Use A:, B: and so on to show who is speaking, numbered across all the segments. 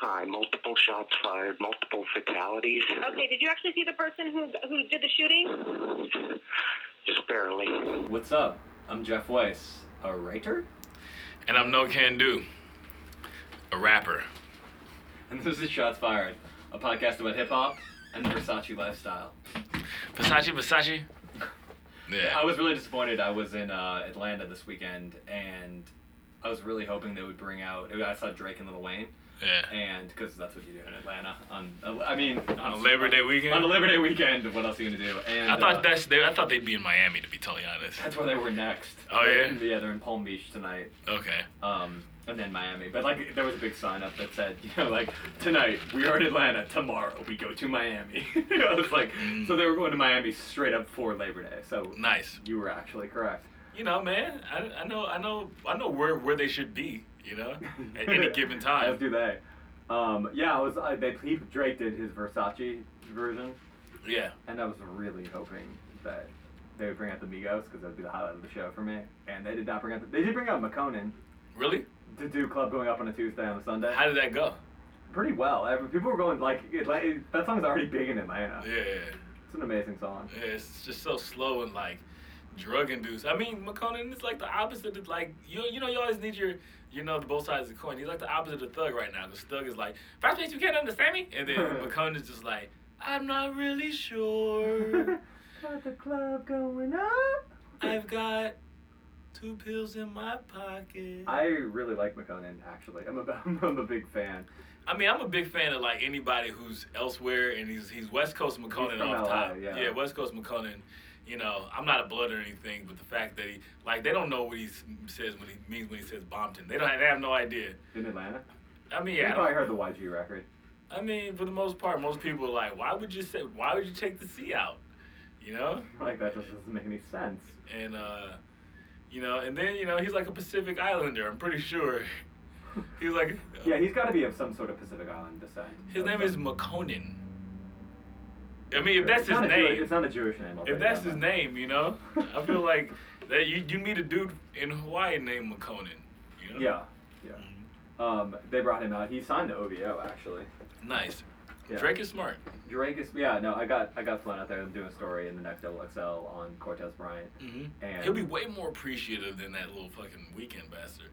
A: Hi, multiple shots fired, multiple fatalities,
B: Okay, did you actually see the person who who did the shooting?
A: just barely.
C: What's up? I'm Jeff Weiss, a writer,
D: And I'm No Can Do, a rapper.
C: and this is Shots Fired, a podcast about hip hop and the Versace lifestyle.
D: Versace, Versace.
C: I
D: Yeah.
C: was really disappointed. I was in uh, Atlanta this weekend, and I was really hoping they would bring out. I saw Drake and Lil Wayne,
D: Yeah.
C: and because that's what you do in Atlanta on. I mean,
D: On a Labor Day
C: On a
D: weekend.
C: Labor Day weekend, what else are you gonna do? And
D: I
C: uh,
D: thought that's they, I thought they'd be in Miami to be totally honest.
C: that's where they were next.
D: Oh,
C: They're
D: yeah?
C: in- yeah, they're in Palm Beach tonight.
D: Okay.
C: um, and then Miami. But like there was a big sign up that said, you know, like tonight we are in Atlanta, tomorrow we go to Miami. I was like,
D: Mm.
C: so they were going to Miami straight up for Labor Day. So
D: Nice.
C: you were actually correct.
D: You know, man, I, I know I know I know where where they should be, you know, at any given
C: As
D: time.
C: do they. Um, yeah, I was. I, they, he, Drake did his Versace version,
D: Yeah.
C: and I was really hoping that they would bring out the Migos because that would be the highlight of the show for me. And they did not bring out. The, they did bring out McConan
D: Really?
C: to do club going up on a Tuesday on a Sunday.
D: How did that go?
C: pretty well. I mean, people were going like, it, like that song's already big in Atlanta.
D: Yeah.
C: It's an amazing song.
D: yeah. It's just so slow and like drug induced. I mean, McConan is like the opposite of like you you know you always need your you know the both sides of the coin. He's like the opposite of Thug right now. Because Thug is like first place you can't understand me, and then McConan's just like I'm not really sure.
C: Got the club going up.
D: I've got two pills in my pocket.
C: I really like McConan actually. I'm a, I'm a big fan.
D: I mean, I'm a big fan of like anybody who's elsewhere, and he's he's West Coast McConan
C: He's from
D: off
C: LA,
D: top.
C: yeah.
D: West Coast McConan. You know, I'm not a blood or anything, but the fact that he like they don't know what he s- says when he means when he says Bompton. They don't. They have no idea.
C: In Atlanta,
D: I mean,
C: you
D: yeah. I
C: probably
D: don't-
C: heard the YG record.
D: I mean, for the most part, most people are like, why would you say? Why would you take the C out? You know.
C: Like that just doesn't make any sense.
D: and uh, you know, and then you know he's like a Pacific Islander. I'm pretty sure. He's like
C: Yeah, he's got to be of some sort of Pacific Island descent.
D: his
C: Of
D: name
C: some-
D: is McConan. I mean, if that's
C: It's
D: his
C: not a Jew-
D: name,
C: it's not a Jewish name. I'll
D: if
C: tell you
D: that's
C: that
D: his
C: much.
D: name, you know, I feel like that you you meet a dude in Hawaii named McConan. You know? Mm-hmm.
C: Yeah, yeah. Um, they brought him out. He signed to OVO actually.
D: Nice.
C: Yeah.
D: Drake is smart.
C: Drake is yeah no I got I got flown out there. I'm doing a story in the next XXL on Cortez Bryant.
D: hmm
C: And
D: He'll be way more appreciative than that little fucking weekend bastard.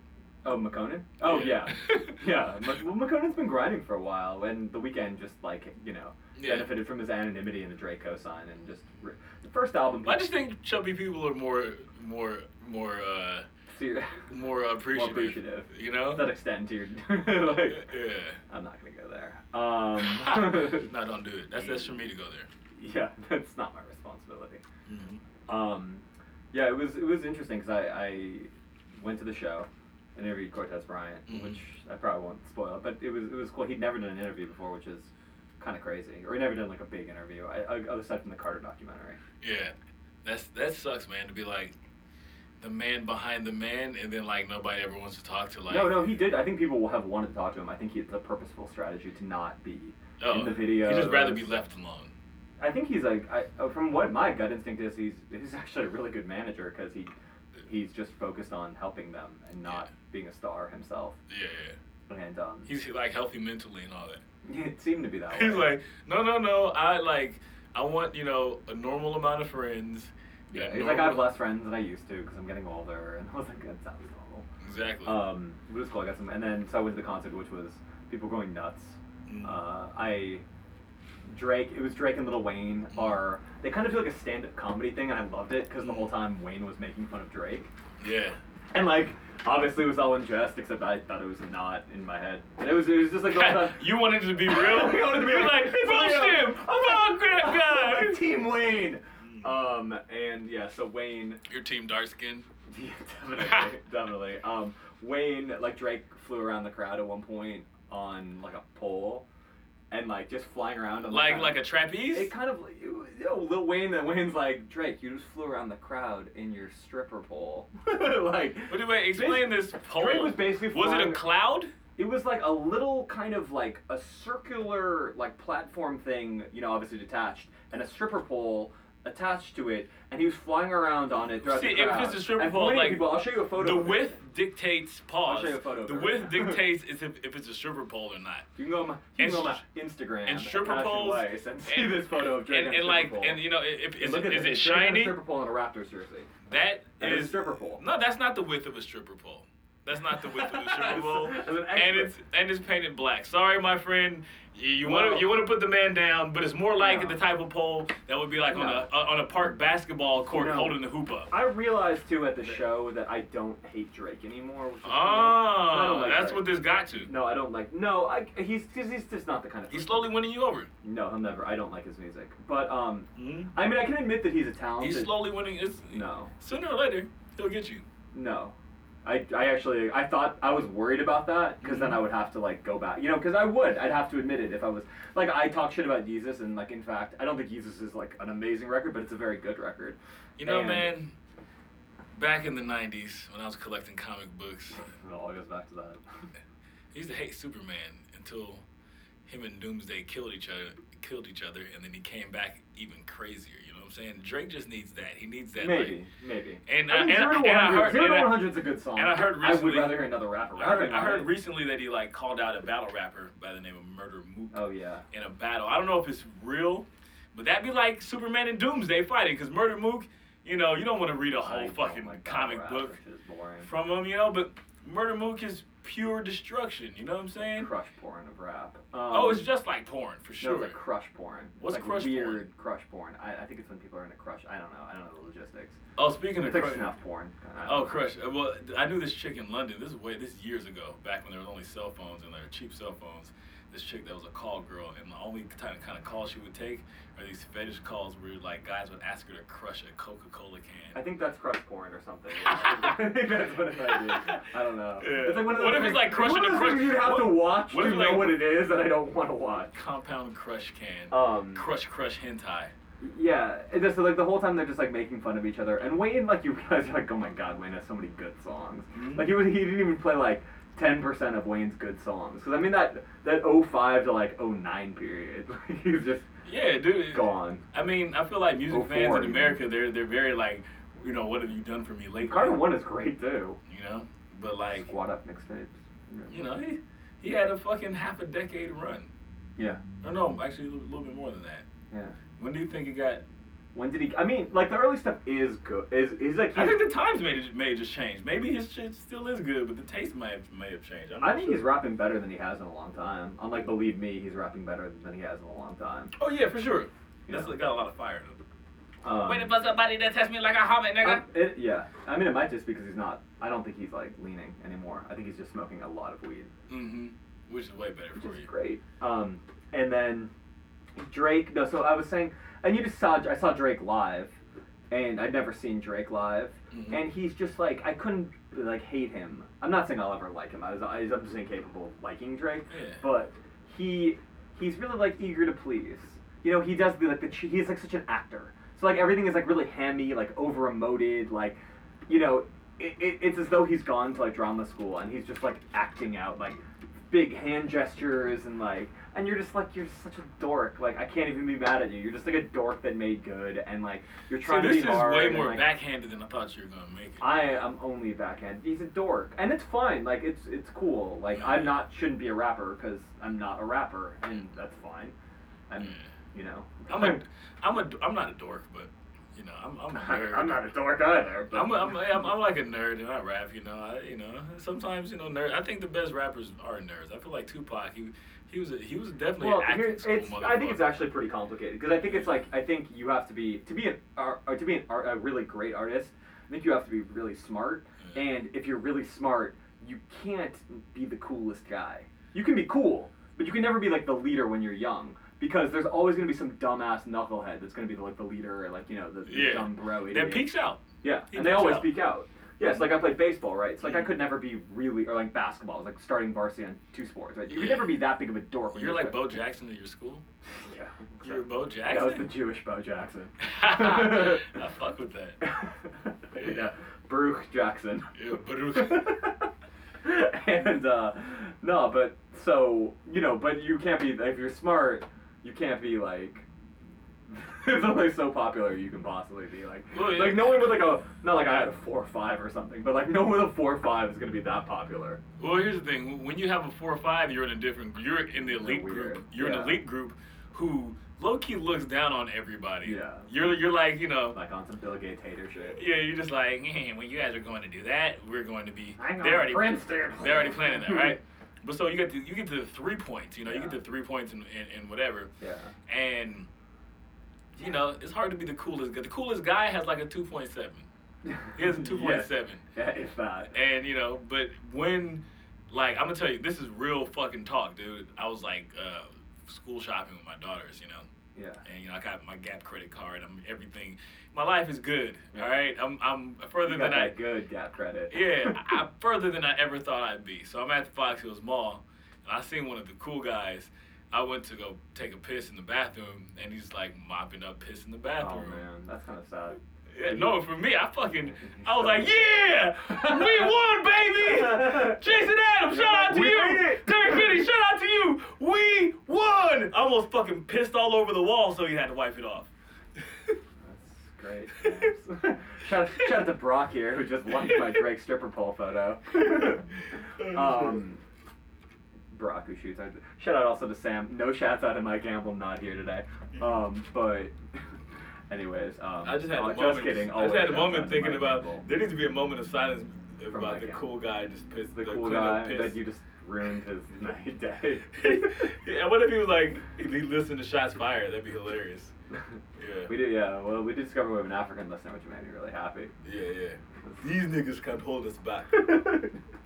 C: Oh, McConan? Oh, yeah. Yeah,
D: yeah.
C: Mc- well, McConan's been grinding for a while, and The Weeknd just, like, you know,
D: Yeah.
C: benefited from his anonymity and the Drake cosign, and just. Re- the first album.
D: I just think chubby people are more more more uh
C: ser-
D: more appreciative.
C: appreciative.
D: You know?
C: that extend to your. like,
D: yeah.
C: I'm not gonna go there. Um,
D: no, don't do it. That's that's for me to go there. Mm-hmm.
C: yeah, that's not my responsibility. Um, yeah, it was it was interesting because I, I went to the show and interviewed Cortez Bryant,
D: Mhm.
C: which I probably won't spoil, but it was it was cool. He'd never done an interview before, which is kind of crazy, or he'd never done like a big interview. I, I, aside from the Carter documentary.
D: Yeah, that's that sucks, man. To be like the man behind the man, and then like nobody ever wants to talk to like.
C: no, no, he did. I think people will have wanted to talk to him. I think he, it's a purposeful strategy to not be
D: oh,
C: in the video.
D: He'd just rather be left alone.
C: I think he's like, I, uh, from what my gut instinct is, he's he's actually a really good manager because he he's just focused on helping them and not
D: Yeah.
C: being a star himself.
D: Yeah, yeah.
C: And um,
D: He's like healthy mentally and all that.
C: It seemed to be that way.
D: He's like, no, no, no. I like, I want you know a normal amount of friends.
C: yeah,
D: that
C: he's like, I have
D: normal-
C: less friends than I used to because I'm getting older, and I was like, that sounds normal.
D: Exactly.
C: Um, it was cool. I got some, and then so I went to the concert, which was people going nuts.
D: Mm.
C: Uh, I Drake, it was Drake and Little Wayne
D: Mm.
C: are they kind of do like a stand-up comedy thing, and I loved it because the whole time Wayne was making fun of Drake,
D: yeah.
C: and like obviously it was all in jest, except I thought it was not in my head, and it was it was just like the whole time.
D: you wanted it to be real.
C: I wanted to be
D: You're
C: like,
D: like,
C: "It's
D: bullshit.
C: real."
D: Fuck that guy.
C: Team Wayne. Um, and yeah, so Wayne,
D: Your team dark skin.
C: yeah, definitely, definitely. Um, Wayne, like Drake, flew around the crowd at one point on like a pole, and like just flying around. On
D: Like uh,
C: the
D: like a trapeze?
C: It kind of, it was- yo, Lil Wayne. Then Wayne's like, Drake, you just flew around the crowd in your stripper pole. like,
D: But anyway, explain
C: Bas-
D: this pole.
C: Drake was basically
D: Was it a
C: flying-
D: cloud?
C: it was like a little kind of like a circular like platform thing, you know, obviously detached, and a stripper pole attached to it, and he was flying around on it throughout
D: See,
C: the
D: if it's
C: crowd.
D: a stripper
C: and
D: pole,
C: pointing at
D: like,
C: people, I'll show you a photo.
D: The
C: of it.
D: width dictates pause.
C: show you a photo of
D: The
C: her.
D: width dictates is if, if it's a stripper pole or not.
C: You can go on my, you can
D: And
C: go on my
D: sh-
C: Instagram
D: and stripper
C: Apache
D: poles,
C: Weiss, and see
D: and-
C: this photo of Drake on Oh, a
D: and and
C: stripper
D: like
C: pole.
D: and you know if, if,
C: And
D: is,
C: look at
D: it- is
C: this,
D: it
C: Drake on a
D: shiny?
C: Stripper pole and a Raptors jersey.
D: That
C: And a
D: is
C: stripper pole.
D: No, that's not the width of a stripper pole. That's not the width of a stripper pole.
C: As an expert.
D: and it's and it's painted black. Sorry, my friend. You, you want
C: Wow.
D: to you want to put the man down, but it's more like
C: No.
D: the type of pole that would be like on
C: No.
D: a, on a park basketball court
C: No.
D: holding the hoop up.
C: I realized too at the show that I don't hate Drake anymore. Which is cool. I
D: Oh,
C: don't like
D: that's
C: Drake.
D: what this got to.
C: No, I don't like. No, I, he's 'cause he's just not the kind of.
D: He's
C: person-
D: slowly winning you over.
C: No, he'll never. I don't like his music. But um,
D: Mhm.
C: I mean, I can admit that he's a talented.
D: He's slowly winning. It's,
C: No,
D: Sooner or later, he'll get you.
C: no. I, I actually I thought I was worried about that because
D: Hmm.
C: then I would have to like go back you know because I would I'd have to admit it if I was like I talk shit about Jesus and like in fact I don't think Jesus is like an amazing record but it's a very good record
D: You know,
C: And-
D: man. Back in the '90s, when I was collecting comic books,
C: it all goes back to that
D: I used to hate Superman until him and Doomsday killed each other, killed each other, and then he came back even crazier. You know what I'm saying? Drake just needs that. He needs that. like-
C: maybe maybe
D: And
C: I mean,
D: I- and
C: zero
D: I-
C: to 100
D: and I heard-
C: zero to
D: and I-
C: 100 is a good song
D: and I heard
C: I would
D: recently-
C: rather hear another rapper
D: I heard,
C: rapping
D: I
C: on
D: heard
C: it.
D: recently that he like called out a battle rapper by the name of Murder Mook
C: oh yeah
D: in a battle. I don't know if it's real, but that'd be like Superman and Doomsday fighting. Cause Murder Mook, you know, you don't want to read a
C: I
D: whole
C: don't
D: fucking
C: like that
D: comic
C: rap,
D: book
C: which is boring.
D: from him, you know. But Murder Mook is pure destruction. You know what I'm saying?
C: crush porn of rap. Um,
D: Oh, it's just like porn for
C: no,
D: sure.
C: it's like crush porn.
D: What's
C: like
D: crush
C: weird
D: porn?
C: crush porn. I, I think it's when people are in a crush. I don't know. I don't know the logistics.
D: oh, speaking of
C: It's like
D: crush,
C: snuff porn. I don't
D: oh
C: know.
D: crush. Uh, Well, I knew this chick in London. This is way this is years ago, back when there was only cell phones and there were cheap cell phones. This chick that was a call girl, and the only kind of, kind of calls she would take are these fetish calls where like guys would ask her to crush a Coca-Cola
C: I
D: can.
C: think that's crush porn or something. I think that's what it might be. I don't know.
D: Yeah.
C: It's like one of those
D: What if it's
C: things-
D: like crushing
C: one of
D: the
C: those
D: crush-
C: things you have
D: what-
C: to watch
D: what
C: to
D: if
C: know
D: like-
C: what it is that I don't want to watch.
D: Compound crush can.
C: Um,
D: crush crush hentai.
C: yeah, and just, so, like the whole time they're just like making fun of each other. And Wayne, like you guys are like, oh my god, Wayne has so many good songs.
D: Mhm.
C: Like he was, he didn't even play like ten percent of Wayne's good songs. Because I mean that that 05 to like 09 period, like, he's just
D: Yeah, dude.
C: gone.
D: I mean, I feel like music
C: Go
D: fans
C: forward,
D: in America, they're they're very like, you know, what have you done for me lately?
C: Carter One is great too.
D: You know, but like,
C: Squad up mixtapes.
D: you know, he he had a fucking half a decade run.
C: Yeah,
D: No, no, actually a little, little bit more than that.
C: yeah.
D: When do you think it got?
C: When did he? I mean, like the early stuff is good. Is is like
D: I think the times may may just change. Maybe his shit still is good, but the taste may have, may have changed. I'm not
C: I think
D: sure.
C: he's rapping better than he has in a long time. Unlike Believe Me, he's rapping better than he has in a long time.
D: Oh yeah, for sure.
C: Yeah.
D: That's got a lot of fire in him.
C: Um,
D: Wait, but somebody that tests me like a hobbit, nigga.
C: Um, it, yeah, I mean, it might just because he's not. I don't think he's like leaning anymore. I think he's just smoking a lot of weed,
D: mm-hmm. Which is way better
C: which
D: for
C: is
D: you.
C: great. Um, and then Drake. No, so I was saying, and you just saw. I saw Drake live, and I'd never seen Drake live,
D: Mhm.
C: and he's just like I couldn't like hate him. I'm not saying I'll ever like him. I was, I was I'm just incapable of liking Drake,
D: Yeah.
C: but he he's really like eager to please. You know, he does the like the ch- he's like such an actor. So like everything is like really hammy, like over emoted, like you know, it, it, it's as though he's gone to like drama school and he's just like acting out like big hand gestures and like and you're just like you're such a dork. Like I can't even be mad at you. You're just like a dork that made good and like you're
D: So
C: trying
D: this
C: to
D: is
C: be hard.
D: way
C: and,
D: more
C: like,
D: backhanded than I thought you were gonna make it.
C: I am only backhand. He's a dork, and it's fine. Like it's it's cool. Like I'm not shouldn't be a rapper because I'm not a rapper, and that's fine.
D: Mm.
C: I'm you know
D: I'm a, I'm a, I'm not a dork, but you know, I'm, I'm a nerd.
C: I'm not a dork either. But
D: I'm, a, I'm, a, I'm, I'm like a nerd, and I rap. You know, I, you know. Sometimes, you know, nerd. I think the best rappers are nerds. I feel like Tupac. He, he was, a, he was definitely
C: well,
D: an acting
C: here,
D: school
C: it's,
D: motherfucker.
C: I think it's actually pretty complicated because I think it's like I think you have to be to be an ar- or to be an ar- a really great artist. I think you have to be really smart,
D: Yeah.
C: and if you're really smart, you can't be the coolest guy. You can be cool, but you can never be like the leader when you're young because there's always gonna be some dumbass knucklehead that's gonna be the, like the leader or like you know the, the
D: Yeah.
C: dumb bro.
D: That
C: idiot.
D: peaks out.
C: Yeah,
D: He
C: and they
D: peaks
C: always
D: out.
C: peak out. Yes, like I played baseball, right? It's like I
D: Mhm.
C: could never be really or like basketball. I was like starting varsity on two sports, right? You could
D: Yeah.
C: never be that big of a dork. When
D: You're like
C: quick.
D: Bo Jackson at your school.
C: Yeah.
D: You're Bo
C: That was the
D: Jackson.
C: Jewish Bo Jackson.
D: I fuck with that.
C: yeah, Baruch Jackson.
D: Yeah, Baruch.
C: and uh, no, but so you know, but you can't be if you're smart, you can't be like it's only so popular you can possibly be like,
D: Well, yeah.
C: like no one with like a not like I had a four or five or something, but like no one with a four or five is gonna be that popular.
D: Well, here's the thing: when you have a four or five, you're in a different. You're in the elite
C: weird.
D: group. You're
C: Yeah.
D: in the elite group who low key looks down on everybody.
C: Yeah.
D: You're you're like you know.
C: Like on some Bill Gates hater shit.
D: Yeah, you're just like, hey, when you guys are going to do that, we're going to be.
C: I'm
D: they
C: on
D: already
C: Princeton.
D: They're already planning that, right? but so you get to you get to the three points. You know, you
C: Yeah.
D: get to three points and and, and whatever,
C: Yeah.
D: and you know it's hard to be the coolest. guy. The coolest guy has like a two point seven. He has a two point seven.
C: Yeah, if that.
D: And you know, but when like I'm gonna tell you, this is real fucking talk, dude. I was like uh, school shopping with my daughters, you know,
C: Yeah.
D: and you know I got my Gap credit card. I'm everything. My life is good.
C: Yeah.
D: All right, I'm I'm further
C: You got
D: than I.
C: that good gap credit.
D: Yeah, I, I'm further than I ever thought I'd be. So I'm at the Fox Hills Mall, and I seen one of the cool guys. I went to go take a piss in the bathroom, and he's like mopping up piss in the
C: Oh
D: bathroom.
C: man, that's kind of sad.
D: Yeah, no, for me, I fucking, I was like, yeah, we won, baby. Jason Adams, shout out to
C: We
D: you.
C: made it.
D: Derek Finney, shout out to you. We won. I almost fucking pissed all over the wall, so he had to wipe it off.
C: That's great. Thanks. shout, out, shout out to Brock here who just liked my Drake stripper pole photo. um, Brock who shoots. Our, shout out also to Sam. No shouts out to Mike Gamble, not here today. Um, but anyways, um,
D: I just had
C: oh,
D: a moment.
C: Just kidding.
D: I just
C: Always
D: had a
C: shouts out
D: moment
C: to
D: thinking
C: Mike
D: about
C: Gamble.
D: there needs to be a moment of silence
C: From
D: about
C: Mike
D: the
C: Gamble.
D: cool guy just pissed
C: the cool
D: cleaned
C: guy
D: up
C: that you just ruined his night day.
D: yeah, what if he was like if he listened to shots fired? That'd be hilarious. Yeah.
C: we did, yeah. Well, we discovered we have an African listener, which made me really happy.
D: Yeah, yeah. These niggas can't hold us back.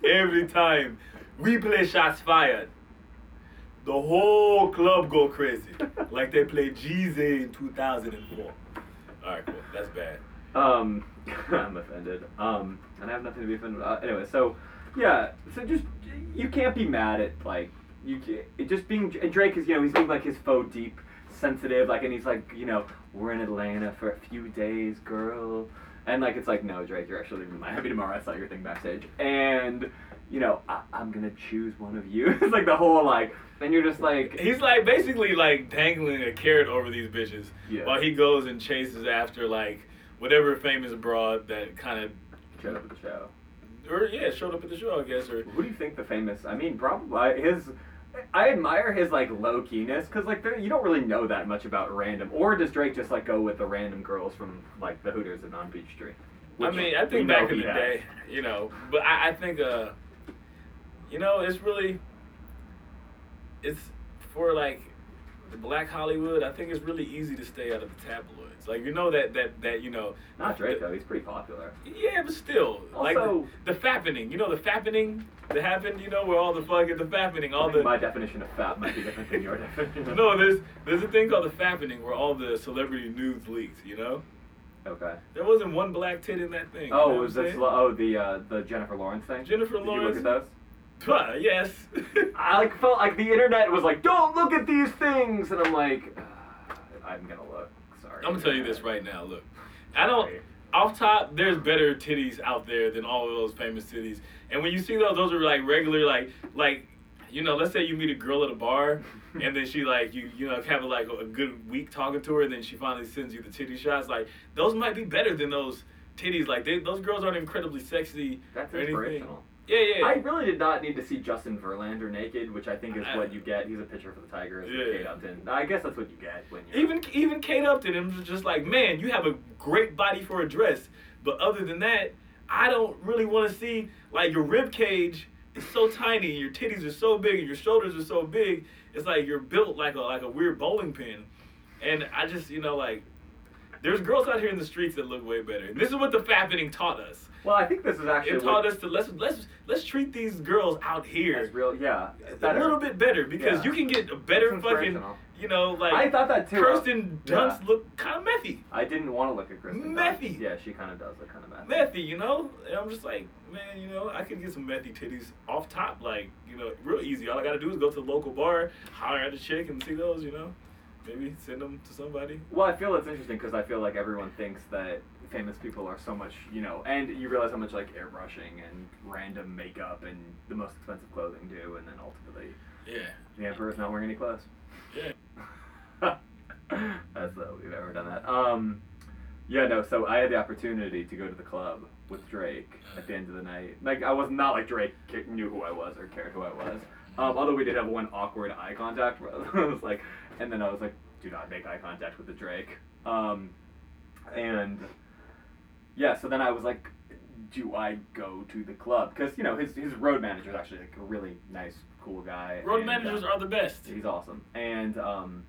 D: Every time we play shots fired, the whole club go crazy. like they played Jeezy in 2004. Alright, cool. That's bad.
C: Um, I'm offended. Um, and I have nothing to be offended about. Anyway, so yeah, so just you can't be mad at like you ca- it just being and Drake is you know he's being like his faux deep sensitive like and he's like you know we're in Atlanta for a few days, girl, and like it's like no Drake, you're actually leaving Miami tomorrow. I saw your thing backstage, and you know I, I'm gonna choose one of you. it's like the whole like, and you're just like
D: He's like basically like dangling a carrot over these bitches
C: Yeah.
D: while he goes and chases after like whatever famous broad that kind of
C: shut up at the show.
D: or yeah showed up at the show I guess or
C: Who do you think the famous? I mean, probably his. I admire his like low keyness because like there- you don't really know that much about random. Or does Drake just like go with the random girls from like the Hooters and on Beach Street?
D: I
C: Which
D: mean, I
C: we
D: think
C: know
D: back in
C: he
D: the
C: has.
D: day, you know, but I, I think, uh, you know, it's really, it's for like the black Hollywood. I think it's really easy to stay out of the tabloids. Like you know that that that you know.
C: Not Drake though. He's pretty popular.
D: Yeah, but still, like
C: Also-
D: the, the fappening. You know the fappening that happened. You know where all the fucking the fappening, all
C: I think
D: the
C: my definition of fat might be different than your definition.
D: no, there's there's a thing called the fappening where all the celebrity nudes leaked. You know,
C: Okay.
D: there wasn't one black tit in that thing. you know
C: Oh,
D: what
C: was
D: I'm
C: this?
D: saying?
C: lo- Oh, the uh, the Jennifer Lawrence thing.
D: Jennifer
C: Did
D: Lawrence-
C: You look at those.
D: Huh, yes.
C: I like felt like the internet was like, don't look at these things, and I'm like, "Ah, I'm gonna look. Sorry. uh,
D: I'm gonna tell you this right now. Look, I don't. Off top, there's better titties out there than all of those famous titties. And when you see those, those are like regular, like, like, you know, let's say you meet a girl at a bar, and then she like you, you know, having like a good week talking to her, and then she finally sends you the titty shots. Like, those might be better than those titties. Like, they, those girls aren't incredibly sexy
C: That's
D: or anything.
C: inspirational.
D: Yeah, yeah.
C: I really did not need to see Justin Verlander naked, which I think is
D: I-
C: what you get. He's a pitcher for the Tigers.
D: Yeah.
C: Yeah. I guess that's what you get when you're
D: Even even Kate Upton and was just like, man, you have a great body for a dress, but other than that, I don't really want to see like your rib cage is so tiny, and your titties are so big, and your shoulders are so big. It's like you're built like a like a weird bowling pin, and I just you know like. There's girls out here in the streets that look way better. And this is what the fappening taught us.
C: Well, I think this is actually
D: It
C: what-
D: taught us to let's let's let's treat these girls out here
C: that's real. Yeah,
D: a
C: better.
D: little bit better because
C: Yeah.
D: you can get a better
C: It's
D: fucking
C: inspirational.
D: you know like
C: I thought that too.
D: Kirsten
C: Yeah.
D: Dunst looked kind of methy,
C: I didn't want to look at Kristen. Dunst.
D: Methy.
C: Yeah, she kind of does look kind of messy.
D: methy, you know. And I'm just like, man, you know, I could get some methy titties off top, like you know, real easy. All I gotta do is go to the local bar, holler at the chick, and see those, you know. Maybe send them to somebody.
C: Well, I feel it's interesting because I feel like everyone thinks that famous people are so much, you know, and you realize how much like airbrushing and random makeup and the most expensive clothing do, and then ultimately
D: Yeah.
C: the emperor's not wearing any clothes.
D: Yeah.
C: That's as though we've ever done that. Um, yeah, no. So I had the opportunity to go to the club with Drake at the end of the night. Like I was not like Drake ca- knew who I was or cared who I was. Um, although we did have one awkward eye contact where I was like, and then I was like, do not make eye contact with the Drake. Um, and yeah, so then I was like, do I go to the club? Because you know his his road manager is actually like a really nice, cool guy.
D: Road
C: and, uh,
D: managers are the best.
C: He's awesome. And um,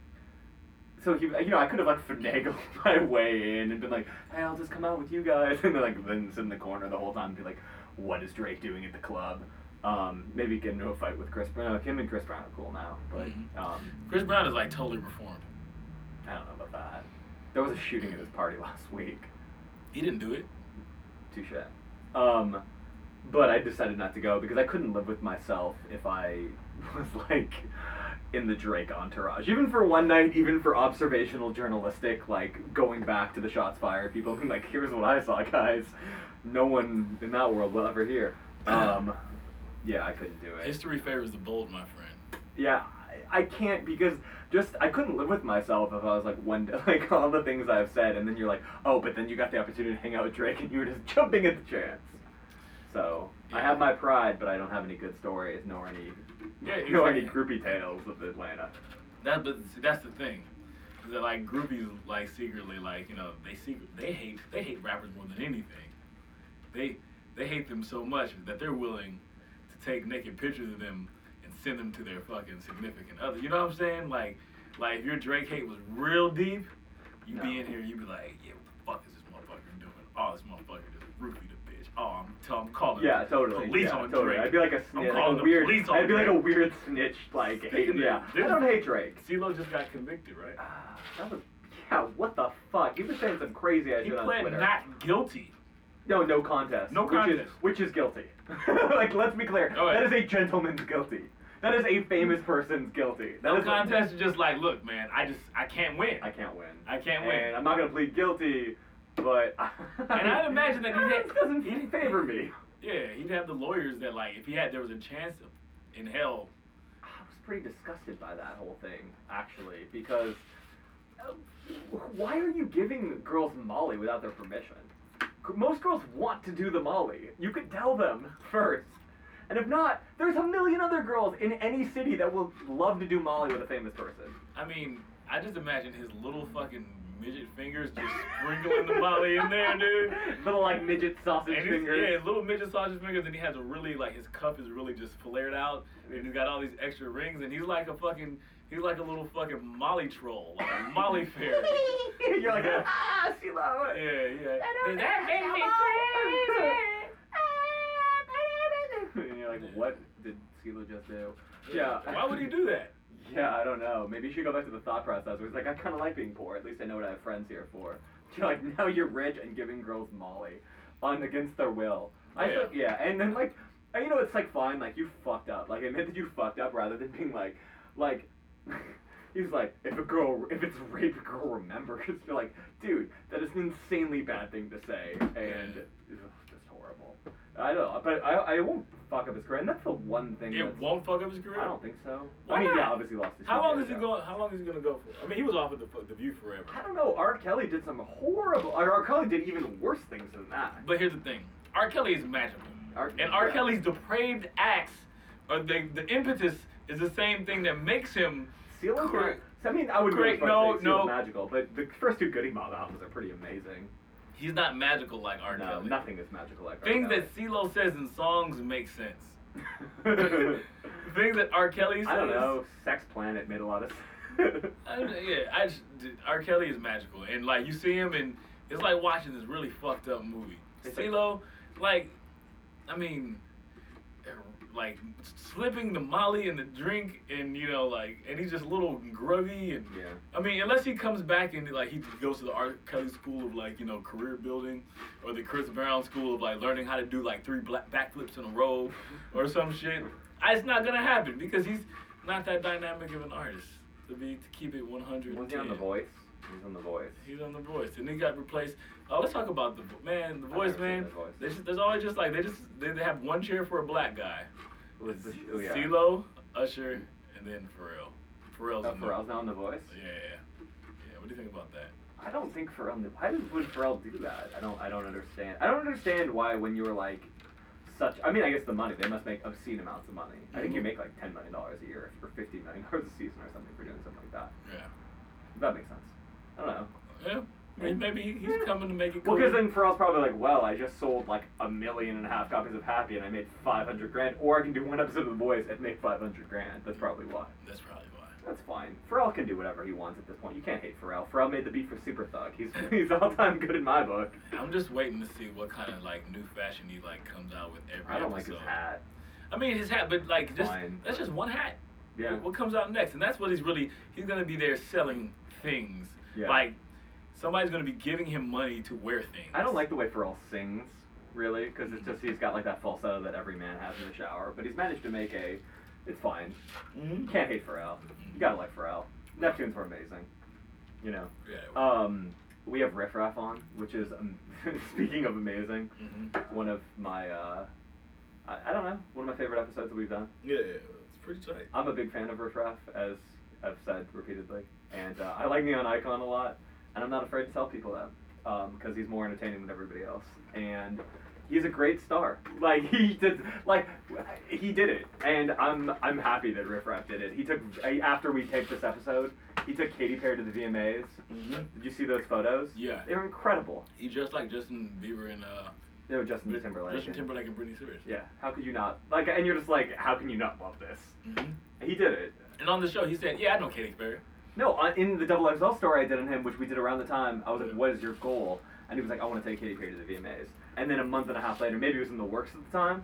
C: so he, you know, I could have like finagled my way in and been like, "Hey, I'll just come out with you guys," and then like then sit in the corner the whole time and be like, "What is Drake doing at the club?" Um, maybe get into a fight with Chris Brown. Him and Chris Brown are cool now, but
D: Mhm.
C: um,
D: Chris Brown is like totally reformed.
C: I don't know about that. There was a shooting at his party last week.
D: He didn't do it.
C: Touche. Um, but I decided not to go because I couldn't live with myself if I was like in the Drake entourage. Even for one night, even for observational journalistic, like going back to the shots fired, people being like, here's what I saw, guys. No one in that world will ever hear. Um, yeah, I couldn't do it.
D: History favors the bold, my friend.
C: Yeah, I, I can't because just I couldn't live with myself if I was like one day, like all the things I've said, and then you're like, oh, but then you got the opportunity to hang out with Drake, and you were just jumping at the chance. So I have my pride, but I don't have any good stories nor any
D: Yeah,
C: nor any
D: exactly.
C: groupie tales of Atlanta.
D: That, but see, that's the thing. Is that like groupies like secretly like you know they secret they hate they hate rappers more than anything. They they hate them so much that they're willing to take naked pictures of them and send them to their fucking significant other. You know what I'm saying? Like like if your Drake hate was real deep, you'd be
C: No.
D: in here you'd be like, yeah, what the fuck is this motherfucker doing? Oh, this motherfucker just roofied the bitch. Oh, I'm, t- I'm calling.
C: Yeah,
D: the
C: totally.
D: Police
C: yeah,
D: on
C: totally.
D: Drake.
C: I'd be like a snitch,
D: calling
C: like a
D: the
C: weird.
D: police on
C: I'd be like a
D: Drake.
C: weird snitch, like hate,
D: Speaking of-
C: yeah. I
D: there's-
C: don't hate Drake.
D: CeeLo just got convicted, right?
C: Ah, that was yeah. What the fuck? You've been saying some crazy ass
D: He
C: shit on
D: pled
C: Twitter.
D: not guilty.
C: No, no contest.
D: No
C: which Is,
D: contest.
C: which is guilty. like, let's be clear.
D: All right.
C: That is a gentleman's guilty. That is a famous person's guilty. That
D: No
C: is-
D: contest is just like, look, man, I just I can't win.
C: I can't win.
D: I can't win.
C: And I'm not gonna plead guilty, but.
D: And I'd imagine that he'd
C: this
D: have-
C: doesn't
D: he'd-
C: favor me.
D: yeah, he'd have the lawyers that like if he had there was a chance of, in hell.
C: I was pretty disgusted by that whole thing, actually, because uh, why are you giving girls Molly without their permission? G- Most girls want to do the Molly. You could tell them first. And if not, there's a million other girls in any city that will love to do Molly with a famous person.
D: I mean, I just imagine his little fucking midget fingers just sprinkling the molly in there, dude.
C: Little like midget sausage
D: And his, yeah,
C: fingers.
D: his little midget sausage fingers, and he has a really like his cup is really just flared out, and he's got all these extra rings, and he's like a fucking he's like a little fucking molly troll, like a molly fairy.
C: You're like, ah, she
D: Yeah,
C: loves it.
D: yeah. Does that make me crazy?
C: Ah, crazy? And you're like, what did CeeLo just do? Yeah.
D: Why would he do that?
C: Yeah, I don't know. Maybe you should go back to the thought process where it's like, I kind of like being poor. At least I know what I have friends here for. You're like, now you're rich and giving girls Molly on against their will. I
D: Yeah.
C: yeah. yeah, and then like, and, you know, it's like fine, like you fucked up. Like admit that you fucked up rather than being like, like, he's like, if a girl, if it's rape, a girl remembers. You're like, dude, that is an insanely bad thing to say, and ugh, just horrible. I don't know, but I, I won't fuck up his career, and that's the one thing.
D: It
C: that's-
D: won't fuck up his career.
C: I don't think so.
D: Why
C: I mean, yeah,
D: not?
C: obviously lost his.
D: How long is he
C: it
D: going? How long is he gonna go for? I mean, he was off of the the View forever.
C: I don't know. R. Kelly did some horrible. Or R. Kelly did even worse things than that.
D: But here's the thing: R. Kelly is magical,
C: R-
D: and R.
C: yeah.
D: Kelly's depraved acts, or the the impetus, is the same thing that makes him.
C: Ceiling
D: Correct.
C: I mean, I would
D: Great,
C: go as far as
D: no,
C: to say Seal
D: no.
C: magical, but the first two Goody Mob albums are pretty amazing.
D: He's not magical like R.
C: no,
D: Kelly.
C: nothing is magical like
D: Things
C: R. Kelly.
D: that CeeLo says in songs make sense.
C: that.
D: Things that R. Kelly says.
C: I don't know. Sex Planet made a lot of. sense.
D: I don't know, yeah, I just, dude, R. Kelly is magical, and like you see him, and it's like watching this really fucked up movie.
C: It's like-
D: CeeLo, like, I mean, like slipping the Molly in the drink, and you know, like, and he's just a little groggy, and
C: Yeah.
D: I mean, unless he comes back and like he goes to the R. Kelly school of like you know career building, or the Chris Brown school of like learning how to do like three black backflips in a row, or some shit, I, it's not gonna happen because he's not that dynamic of an artist to be to keep it 100.
C: Was he on The Voice? He's on The Voice.
D: He's on the voice, and he got replaced. Oh, let's talk about the Vo- man. The
C: I've
D: voice,
C: never seen
D: man.
C: The Voice.
D: They just, there's always just like they just they, they have one chair for a black guy.
C: Was the, oh, yeah.
D: CeeLo, Usher, and then Pharrell. Pharrell's
C: Oh,
D: in there.
C: Pharrell's now on The Voice.
D: Yeah, yeah, yeah. What do you think about that?
C: I don't think Pharrell. Knew, why did- would Pharrell do that? I don't. I don't understand. I don't understand why when you're like such. I mean, I guess the money they must make obscene amounts of money. I think you
D: Mhm.
C: make like ten million dollars a year or fifteen million dollars a season or something for doing something like that.
D: Yeah.
C: That makes sense. I don't know.
D: Yeah. Maybe, maybe he's coming to make it
C: Mm. Well,
D: cool.
C: because then Pharrell's probably like, well, I just sold like a million and a half copies of Happy and I made five hundred grand, or I can do one episode of The Boys and make five hundred grand. That's probably why.
D: That's probably why.
C: That's fine. Pharrell can do whatever he wants at this point. You can't hate Pharrell. Pharrell made the beat for Super Thug. He's he's all time good in my book.
D: I'm just waiting to see what kind of like new fashion he like comes out with every
C: I don't like
D: episode.
C: his hat.
D: I mean his hat, but like just
C: Fine.
D: that's just one hat.
C: Yeah.
D: What comes out next, and that's what he's really he's gonna be there selling things.
C: Yeah.
D: Like somebody's gonna be giving him money to wear things.
C: I don't like the way Pharrell sings, really, because it's just he's got like that falsetto that every man has in the shower. But he's managed to make a. It's fine. You
D: Mhm.
C: can't hate Pharrell. You gotta like Pharrell. Neptunes were amazing. You know.
D: Yeah.
C: Um, we have Riff Raff on, which is um, speaking of amazing,
D: mhm.
C: one of my. Uh, I, I don't know, one of my favorite episodes that we've done.
D: Yeah, it's pretty tight.
C: I'm a big fan of Riff Raff, as I've said repeatedly, and uh, I like Neon Icon a lot, and I'm not afraid to tell people that because he's more entertaining than everybody else, and he's a great star. Like he did, like he did it, and I'm I'm happy that Riff Raff did it. He took after we taped this episode, he took Katy Perry to the VMAs.
D: Mhm.
C: Did you see those photos?
D: Yeah.
C: they were incredible.
D: He dressed like Justin Bieber and uh
C: They were Justin Timberlake.
D: Justin Timberlake and Britney Spears.
C: Yeah, how could you not like? And you're just like, how can you not love this?
D: hmm
C: He did it.
D: And on the show, he said, "Yeah, I know Katy Perry."
C: No, on- in the Double XL story I did on him, which we did around the time, I was like,
D: Yeah.
C: "What is your goal?" And he was like, "I want to take Katy Perry to the VMAs." And then a month and a half later, maybe it was in the works at the time,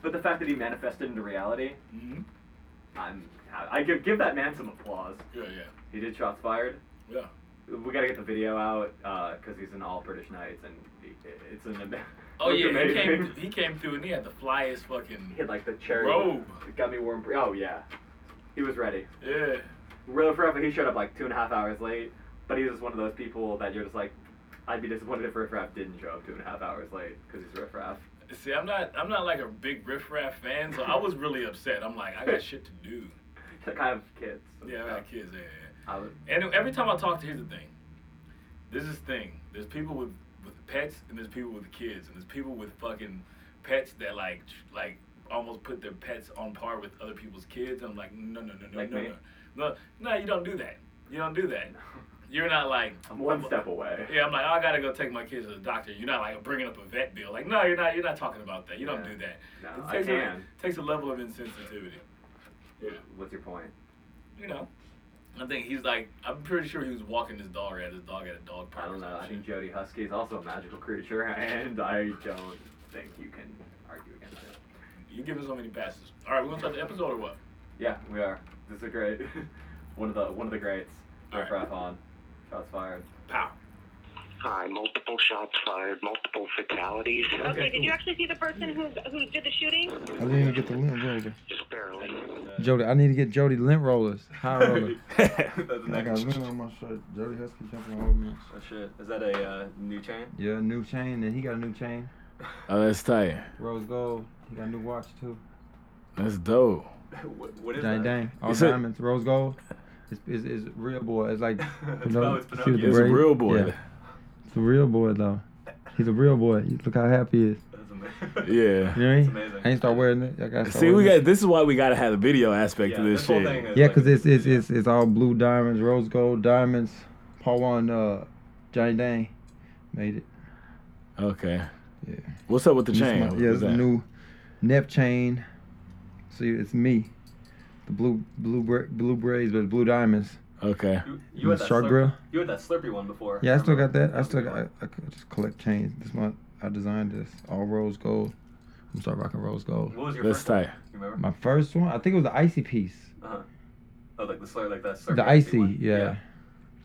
C: but the fact that he manifested into reality,
D: Mm-hmm.
C: I'm I I give give that man some applause.
D: Yeah, yeah,
C: He did shots fired.
D: yeah.
C: We gotta get the video out because he's in all British nights, and he- it's an ama-
D: Oh
C: it's
D: yeah, he
C: amazing.
D: came, he came through and he had the flyest fucking
C: He had like the cherry
D: Robe.
C: It got me warm. Oh yeah, he was ready.
D: yeah.
C: Real Forever, he showed up like two and a half hours late, but he was one of those people that you're just like, I'd be disappointed if Riff Raff didn't show up two and a half hours late because he's Riff Raff.
D: See, I'm not I'm not like a big riff raff fan, so I was really upset. I'm like, I got shit to do.
C: That kind of kids.
D: Yeah, I got kids. Yeah, yeah.
C: I would,
D: yeah. And every time I talk to, here's the thing. There's this thing. There's people with with pets, and there's people with kids, and there's people with fucking pets that like tr- like almost put their pets on par with other people's kids. And I'm like, no, no, no, no,
C: Like
D: no,
C: me?
D: no, no, no. You don't do that. You don't do that. You're not like
C: I'm one step away.
D: Yeah, I'm like, "Oh, I gotta go take my kids to the doctor. You're not like bringing up a vet bill. Like, no, you're not. You're not talking about that. You don't
C: Yeah.
D: do that.
C: No,
D: It
C: I
D: takes
C: can.
D: A, takes a level of insensitivity. Yeah,
C: What's your point?
D: you know. I think he's like, I'm pretty sure he was walking his dog. Or had his dog at a dog park.
C: I
D: or
C: don't know.
D: some
C: I
D: shit.
C: think Jody Husky is also a magical creature, and I don't think you can argue against it.
D: You giving so many passes. All right, we're gonna start the episode or what?
C: Yeah, we are. This is a great. one of the one of the greats.
D: All
C: Riff
D: right.
C: Raff on. Shots fired.
D: Pow.
A: Hi, multiple shots fired, multiple fatalities.
B: Okay, did you actually see the person who, who did the shooting?
E: I didn't even get the lint roller.
A: Just barely.
E: Jody, I need to get Jody lint rollers. High roller.
C: That's
E: I got lint on my shirt. Jody Husky jumping over me.
C: Oh shit. Is that a uh, new chain?
E: Yeah, new chain, and he got a new chain.
D: Oh, that's tight.
E: Rose gold. He got a new watch too.
D: That's dope.
C: what, what is
E: Dang,
C: that?
E: dang. All
D: Is it-
E: diamonds. Rose gold. It's, it's, it's real boy. It's like
C: It's
E: you know,
C: always been
E: shoot
C: up
E: the
C: here. It's
E: braid. Yeah, it's a real boy though. He's a real boy. You Look how happy he is.
C: That's amazing.
E: You know what I mean?
C: amazing.
E: I ain't start wearing it. I gotta start
F: See, we
E: wearing
F: got this is why we gotta have the video aspect
C: Yeah,
F: of this
C: this whole
F: shit.
C: thing is-
E: it. Yeah, cause it's it's it's, it's all blue diamonds, rose gold diamonds. Paul One, uh, Johnny Dang made it.
F: Okay.
E: Yeah.
F: What's up with the
E: This
F: chain?
E: my-
F: What
E: yeah,
F: was
E: it's a
F: that?
E: new Nep chain. See, it's me. The blue blue bra- blue braids with blue diamonds.
F: Okay.
C: You, you
E: You
C: had that
E: shark
C: slurp-
E: grill.
C: You had that slurpy one before.
E: Yeah, I still got
C: remember.
E: that. I
C: was a
E: still
C: good
E: got.
C: one.
E: I, I could just collect chains. This month I designed this all rose gold. I'm start rocking rose gold.
C: What was your
F: That's
C: first one?
F: tight.
C: You remember?
E: My first one, I think it was the icy piece.
C: Uh-huh. Oh, like the slur, like that slurpy.
E: The icy,
C: one.
E: yeah.
C: That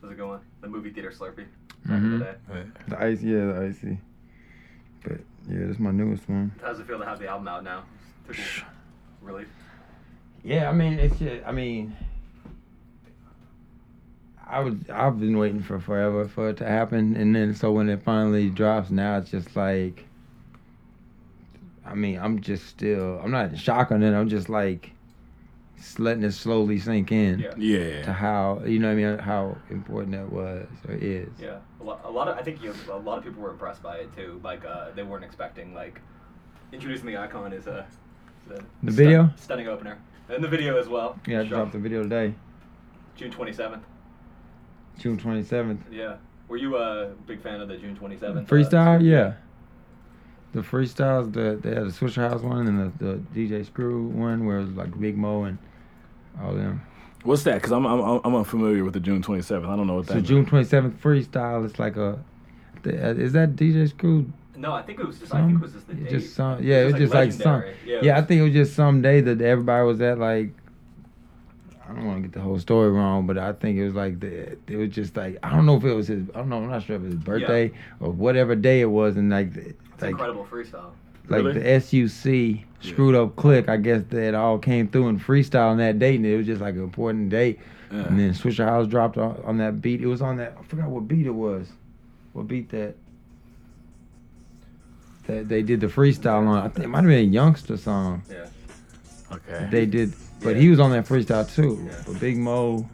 C: was a good one. The movie theater slurpy. Back in
E: hmm
C: the day.
E: The icy, yeah, the icy. But yeah, this is my newest one.
C: How does it feel to have the album out now? Took you- Really?
E: Yeah, I mean, it's just, I mean, I was I've been waiting for forever for it to happen, and then so when it finally drops now, it's just like, I mean, I'm just still I'm not in shock on it. I'm just like s- letting it slowly sink in
C: Yeah.
E: to
D: Yeah.
E: how you know what I mean how important that was or is.
G: Yeah, a lot, a lot of I think you, a lot of people were impressed by it too. Like uh, they weren't expecting like introducing the icon is a, is a
E: The video?
G: stunning opener, and the video as well.
E: Yeah, I
G: Sure.
E: dropped the video today,
G: June twenty seventh.
E: June twenty seventh.
G: Yeah, were you a big fan of the June uh, twenty seventh
E: Freestyle, yeah. The freestyles, the they had the Swisher House one and the, the DJ Screw one where it was like Big Mo and all them.
D: What's that? Because I'm, I'm I'm unfamiliar with the June 27th. I don't know what that.
E: So June twenty seventh freestyle, it's like a. th- Is that DJ Screw?
G: No, I think it was just I think it was just the
E: It
G: date.
E: Just some, yeah, it was just like, some.
G: legendary.
E: Yeah,
G: it
E: I
G: was-
E: think it was just some day that everybody was at like. I don't want to get the whole story wrong, but I think it was like the it was just like I don't know if it was his I don't know I'm not sure if it was his birthday or whatever day it was and like the-
G: it's
E: like
G: incredible freestyle.
E: like
D: Really?
E: the SUC screwed up click I guess that all came through in freestyle on that date and it was just like an important date
D: Yeah.
E: and then Swisher House dropped on, on that beat it was on that I forgot what beat it was what beat that that they did the freestyle on I think it might have been a youngster song
D: okay.
E: they did, but
G: Yeah.
E: he was on that freestyle too.
G: Yeah.
E: But Big Mo,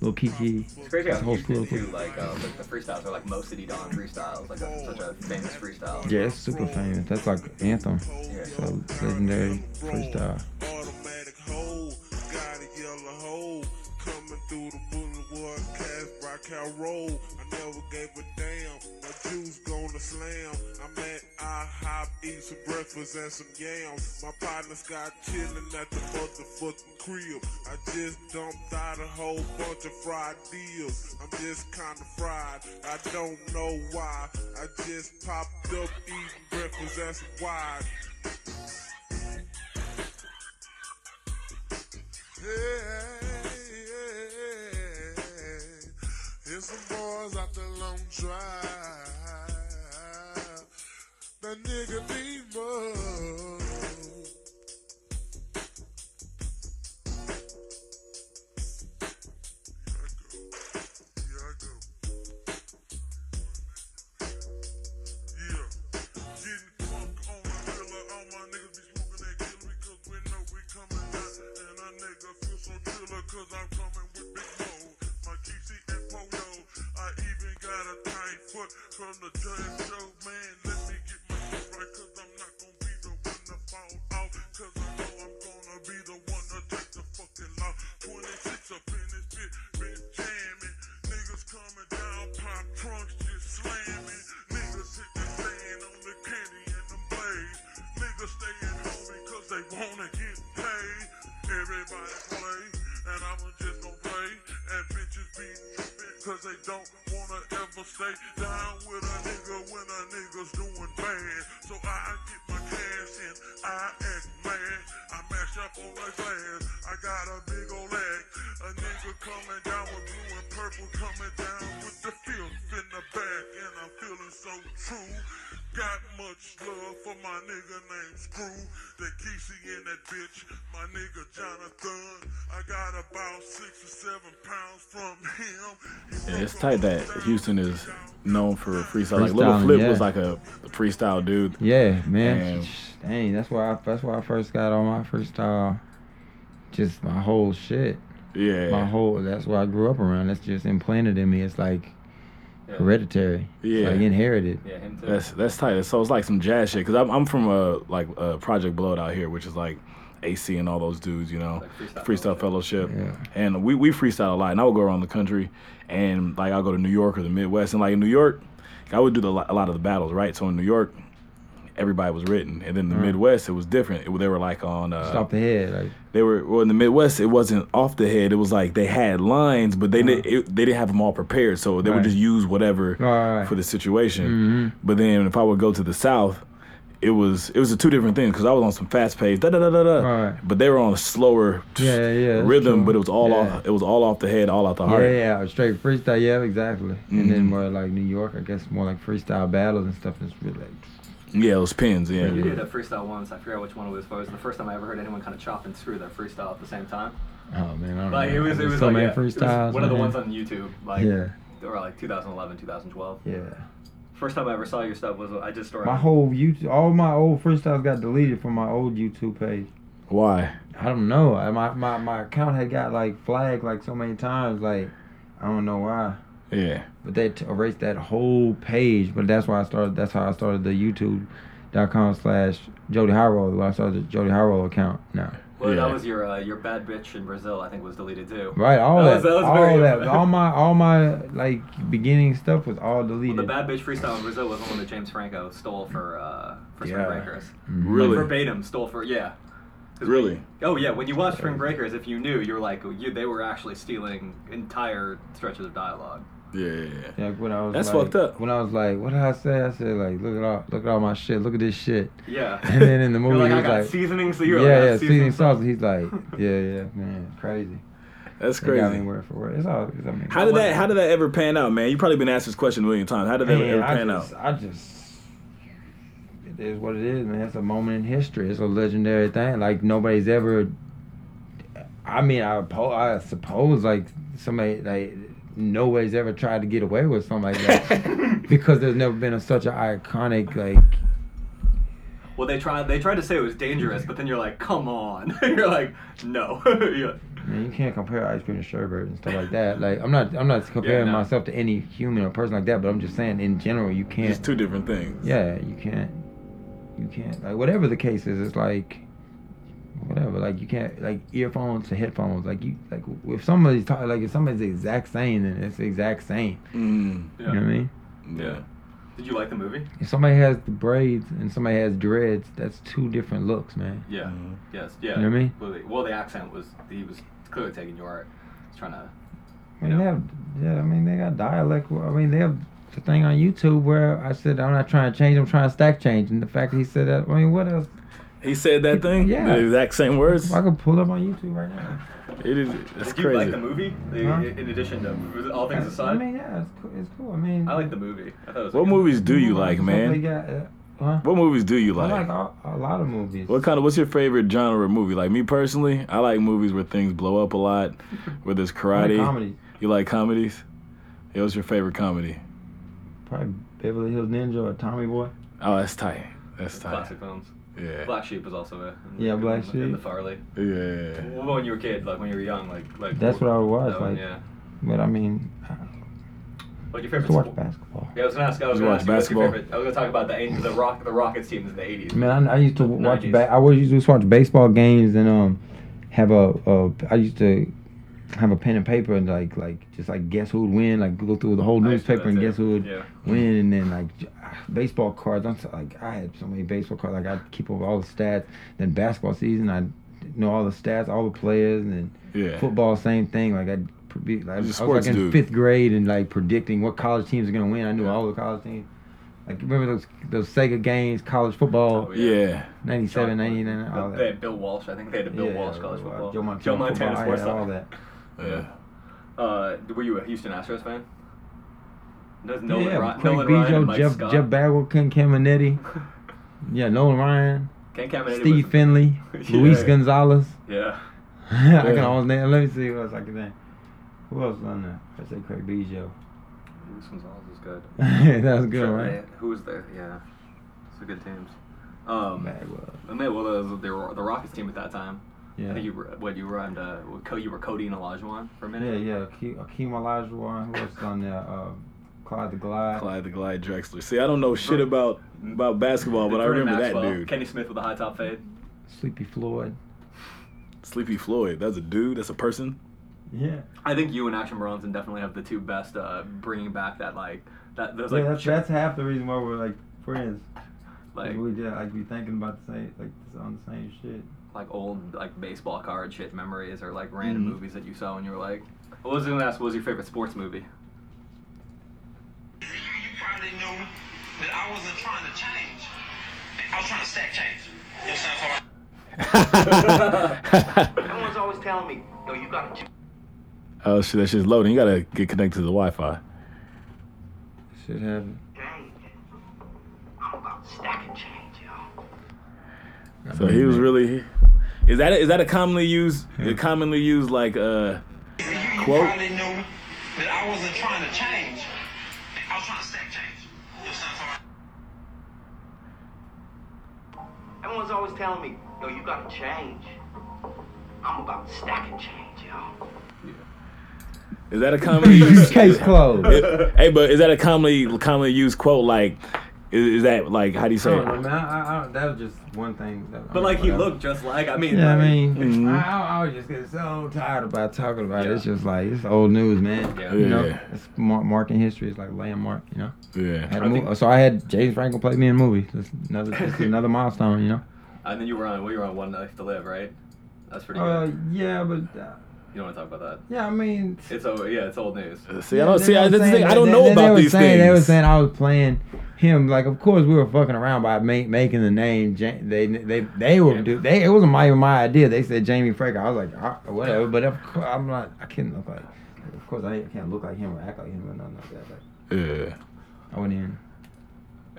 E: Lil Kiki,
G: It's crazy
E: It's
G: how
E: whole
G: Houston
E: school.
G: too, like uh, like the freestyles are like Mo City Don freestyles, like that's such a famous freestyle.
E: yeah, it's super famous. That's like anthem,
G: Yeah.
E: so legendary freestyle.
H: Automatic hole, got a yellow hole. Coming through the boulevard, cast rock how roll. I never gave a damn. My juice gonna slam. I'm at IHOP, eat some breakfast and some yams. My partner's got chillin' at the motherfucking crib. I just dumped out a whole bunch of fried deals. I'm just kinda fried. I don't know why. I just popped up eating breakfast and some wine. Yeah, Here's some boys out the long drive. The nigga need more. Here I go. Yeah. Getting drunk on my killer. All my niggas be smoking that killer because we know we coming out. And a nigga feel so chiller because I'm coming with big mo. My GC and polo. I even got a tight foot from the judge. Yo, man, let me get my shit right because I'm not going to be the one to fall out. Because I know I'm going to be the one to take the fucking law. 26 up in this bitch, been jamming. Niggas coming down, pop trunks just slamming. Niggas hit the stand on the candy and them blades. Niggas staying home because they wanna get paid. Everybody play, and I'ma just gon' play. And bitches be tripping because they don't wanna ever stay down with a nigga when a nigga's doing bad. So I get my cash and I act mad. I mash up on my glass. I got a big old ass. A nigga coming down with blue and purple, coming down with the filth in the back, and I'm feeling so true. Got much love for my nigga named Screw, that Geesey and that bitch, my nigga Jonathan. I got about six or seven pounds from him. He
D: Yeah, it's
H: broke
D: tight
H: a
D: that
H: whole
D: Houston
H: thousand
D: is
H: down.
D: known for freestyle. Like
E: Freestyling,
D: Little Flip
E: yeah.
D: was like a freestyle dude.
E: Yeah, man.
D: Damn.
E: Dang, that's why I, that's why I first got on my freestyle. Just my whole shit,
D: Yeah.
E: my whole. That's what I grew up around. That's just implanted in me. It's like
G: Yeah,
E: hereditary.
D: Yeah.
E: it's like inherited.
G: yeah him too.
D: That's that's tight. So it's like some jazz shit. Cause I'm I'm from a like a Project Blood out here, which is like AC and all those dudes, you know,
G: Like Freestyle
D: Freestyle Fellowship,
E: Yeah.
D: and we we freestyle a lot. And I would go around the country, and like I'll go to New York or the Midwest, and like in New York, I would do the, a lot of the battles, right? So in New York, everybody was written, and then the Midwest it was different. It, they were like on uh,
E: Just off the head, like
D: they were well in the Midwest. It wasn't off the head. It was like they had lines, but they didn't. It, they didn't have them all prepared, so they
E: Mm-hmm. Right.
D: would just use whatever
E: Right, right. Mm-hmm.
D: for the situation. But then if I would go to the South, it was it was the two different things because I was on some fast pace, da da da da da.
E: Right.
D: But they were on a slower
E: Yeah, yeah, yeah, that's
D: rhythm,
E: true.
D: but it was all
E: Yeah.
D: off. It was all off the head, all Mm-hmm. off the heart.
E: yeah, yeah, straight freestyle. Yeah, exactly. And then more like New York, I guess more like freestyle battles and stuff. It's really like
D: Yeah, it was pins. Yeah.
G: You did a freestyle once. I forget which one it was, but it was the first time I ever heard anyone kind of chop and screw their freestyle at the same time.
E: Oh man, I don't
G: Like
E: know.
G: it was, it was
E: so
G: like
E: many
G: yeah, it was
E: freestyles.
G: one of the
E: man.
G: ones on YouTube, like
E: Yeah,
G: or like 2011, 2012.
E: yeah.
G: First time I ever saw your stuff was I just started.
E: My whole YouTube, all my old freestyles got deleted from my old YouTube page.
D: Why?
E: I don't know. I, my, my my account had got like flagged like so many times. Like I don't know why.
D: Yeah.
E: But they t- erased that whole page. But that's why I started. That's how I started the YouTube.com slash Jody Hyro. When I started the Jody Hyro account now.
C: Well,
D: Yeah.
C: that was your uh, your bad bitch in Brazil. I think was deleted too.
E: Right, all
C: That
E: that,
C: was- that was
E: all
C: very-
E: that, all my, all my like beginning stuff was all
C: Well,
E: deleted.
C: the bad bitch freestyle in Brazil was the one that James Franco stole for uh, for Spring
E: Yeah. Mm-hmm.
C: Breakers.
D: Really?
C: Like, verbatim stole for yeah. 'Cause
D: Really?
C: when- oh yeah. When you watch Spring Breakers, if you knew, you were like, you, they were actually stealing entire stretches of dialogue.
D: Yeah, yeah, yeah.
E: Like when I was
D: That's
E: like-
D: fucked up.
E: When I was like, what did I say? I said like, look at all, look at all my shit. Look at this shit.
C: Yeah.
E: And then in the
C: You're
E: movie,
C: like,
E: he
C: I
E: was
C: got
E: like-
C: seasoning, so
E: Yeah,
C: you're like, I
E: yeah,
C: got
E: seasoning
C: seasoning
E: sauce. He's like, yeah, yeah, man, crazy.
D: That's
E: They got me
D: crazy.
E: word for word. It's all. It's, I mean,
D: How did that? How did that ever pan out, man? You probably been asked this question a million times. How did that
E: Man,
D: ever
E: I
D: pan
E: just,
D: out?
E: I just, it is what it is, man. It's a moment in history. It's a legendary thing. Like nobody's ever. I mean, I, po- I suppose like somebody like nobody's ever tried to get away with something like that because there's never been a, such an iconic like.
C: Well, they tried. They tried to say it was dangerous, but then you're like, come on. you're like, no. You're like,
E: Man, you can't compare ice cream to sherbet and stuff like that. Like I'm not, I'm not comparing
C: no.
E: myself to any human or person like that. But I'm just saying in general, you can't.
D: It's two different things.
E: yeah, you can't, you can't like whatever the case is. It's like whatever, like you can't like earphones to headphones. Like you like if somebody's talking like if somebody's the exact same, then it's the exact same.
D: Mm,
C: yeah.
E: You know what I mean?
D: yeah.
C: Did you like the movie?
E: If somebody has the braids and somebody has dreads, that's two different looks, man.
C: Yeah.
D: Mhm.
C: Yes. Yeah.
E: You know what I mean?
C: Completely. Well, the accent was he was clearly taking your art. He's trying to.
E: I mean, they have, yeah, I mean they got dialect. I mean they have the thing on YouTube where I said I'm not trying to change, I'm trying to stack change, and the fact that he said that, I mean what else?
D: He said that thing.
E: Yeah.
D: The exact same words.
E: I could pull up on YouTube right now.
D: It is. That's
C: Did you like
D: crazy.
C: the movie? The-
E: Huh?
C: In addition to all things
E: I
C: aside,
E: mean, yeah, it's cool. It's cool. I mean,
C: I like the movie. I thought it was.
D: What movies do you like,
E: They
D: man?
E: got, uh, huh?
D: What movies do you
E: I
D: like?
E: like all, a lot of movies.
D: What kind of? What's your favorite genre of movie? Like me personally, I like movies where things blow up a lot, where there's
E: I like
D: karate.
E: comedy?
D: You like comedies? Yeah, what's your favorite comedy?
E: Probably Beverly Hills Ninja or Tommy Boy.
D: Oh, that's tight. That's tight.
C: Classic films.
D: Yeah.
C: Black Sheep was also a
E: Yeah, Black
C: in, in the
E: Sheep.
C: Farley.
D: Yeah.
C: Well, when you were a kid, like when you were young, like like
E: That's what I was,
C: that one,
E: like-
C: yeah.
E: But I mean, I
C: What your
E: used
C: favorite
E: to watch
C: sport-
E: basketball.
C: Yeah, I was gonna ask. I was
D: You
C: gonna
D: watch
C: ask you what's your
D: basketball?
C: favorite. I was gonna talk about the the rock the Rockets teams in the eighties.
E: Man, I, I used to watch.
C: Nineties.
E: Ba- I always used to watch baseball games and um, have a, a I used to have a pen and paper and like like just like guess who would win. Like go through the whole
C: I used to do that
E: newspaper and
C: too.
E: guess who would
C: Yeah.
E: win. And then like j- ah, baseball cards. I'm so, like I had so many baseball cards. Like I keep up all the stats. Then basketball season, I know all the stats, all the players, and then
D: Yeah.
E: football same thing like i pre- like, I
D: He's a
E: was
D: sports
E: like in
D: dude.
E: fifth grade and like predicting what college teams are gonna win. I knew all the college teams. Like remember those those Sega games, college football,
C: Oh,
D: yeah.
E: 97, 99, all
C: Bill- They had
E: that.
C: Bill Walsh. I think they had a Bill
E: Yeah,
C: Walsh
E: yeah,
C: college
E: uh,
C: football.
E: Joe Montana, football, I
C: sports
E: had all
C: Talk.
E: that.
D: Yeah.
C: Uh, were you a Houston Astros fan? There's
E: No,
C: Nolan,
E: yeah,
C: Ry-
E: Craig
C: Nolan Ryan and
E: Biggio,
C: Mike
E: Jeff
C: Scott.
E: Jeff Bagwell, Ken Caminiti, yeah, Nolan Ryan,
C: Ken Caminiti
E: Steve
C: was-
E: Finley,
C: Yeah.
E: Luis Gonzalez.
C: Yeah.
E: I can always name. Let me see who else I can name. Who else on there? I say Craig Biggio.
C: Luis Gonzalez was good.
E: that was good,
C: Sure,
E: right?
C: they- Who was there? Yeah. Those were good teams. Um,
E: Bagwell.
C: and they, well, those, they were the Rockets team at that time. I
E: Yeah.
C: think you were, what you rhymed, uh, what co- you were Cody and Olajuwon for a
E: Yeah,
C: minute.
E: yeah. Akeem Akeem Olajuwon, who else is on there? Uh, Clyde the Glide.
D: Clyde the Glide Drexler. See, I don't know shit about about basketball, but I
C: Vernon
D: remember that
C: Maxwell,
D: dude.
C: Kenny Smith with a high top fade.
E: Sleepy Floyd.
D: Sleepy Floyd. That's a dude. That's a person.
E: Yeah.
C: I think you and Action Bronson definitely have the two best uh, bringing back that like that those
E: yeah
C: like
E: that's,
C: ch-
E: that's half the reason why we're like friends.
C: like
E: we did like be thinking about the same like on the same shit.
C: like old like baseball card shit memories or like random
E: Mm-hmm.
C: movies that you saw when you were like. I was gonna ask, what was your favorite sports movie?
I: You probably knew that I wasn't trying to change. I was trying to stack change. You know what I'm saying? So I-
J: Someone's always telling me, yo, you gotta keep
D: oh shit, that shit's loading. You gotta get connected to the Wi-Fi.
E: Shit happened.
I: Dang. I'm about to stack and change, y'all.
D: So he was really. Is that is that a commonly used a commonly used like uh
I: You
D: Quote.
I: probably knew that I wasn't trying to change. I was trying to stack change. You know what I'm saying? So I- Everyone's always telling me, yo, you gotta change. I'm about stacking change, y'all.
D: Is that a commonly used
E: Case closed.
D: Hey, but is that a commonly commonly used quote? Like, is, is that like how do you
E: I
D: say?
E: don't know,
D: It?
E: man. I, I, I, that was just one thing. That,
C: But like he looked just like I mean.
E: Yeah, I mean,
D: Mhm.
E: I, I, I was just getting so tired about talking about it. It's just like it's old news, man.
C: Yeah.
E: You know,
D: Yeah.
E: it's mar- marking history is like landmark. You know, I
D: Yeah.
E: had a mov- so I had James Franco play me in a movie. Just another, just another milestone. You know.
C: And then you were on. Well, you were on One Life to Live, right? That's pretty
E: Uh,
C: good.
E: yeah, but uh,
C: You don't want to talk about
E: yeah, I mean,
C: that. It's oh yeah, it's old news.
D: See, I don't
E: they
D: see. I,
E: were
D: that's the
E: saying-
D: thing, I
E: they-
D: don't
E: they-
D: know
E: they
D: about
E: were
D: these
E: saying, They were
D: things.
E: saying I was playing him. Like, of course, we were fucking around by ma- making the name. Ja- They they they were do they. It wasn't my even my idea. They said Jamie Fraker. I was like, ah, whatever. But of course, I'm not. I can't look like. Of course, I ain't- can't look like him or act like him or nothing like that. Like,
D: Yeah.
E: I wouldn't even.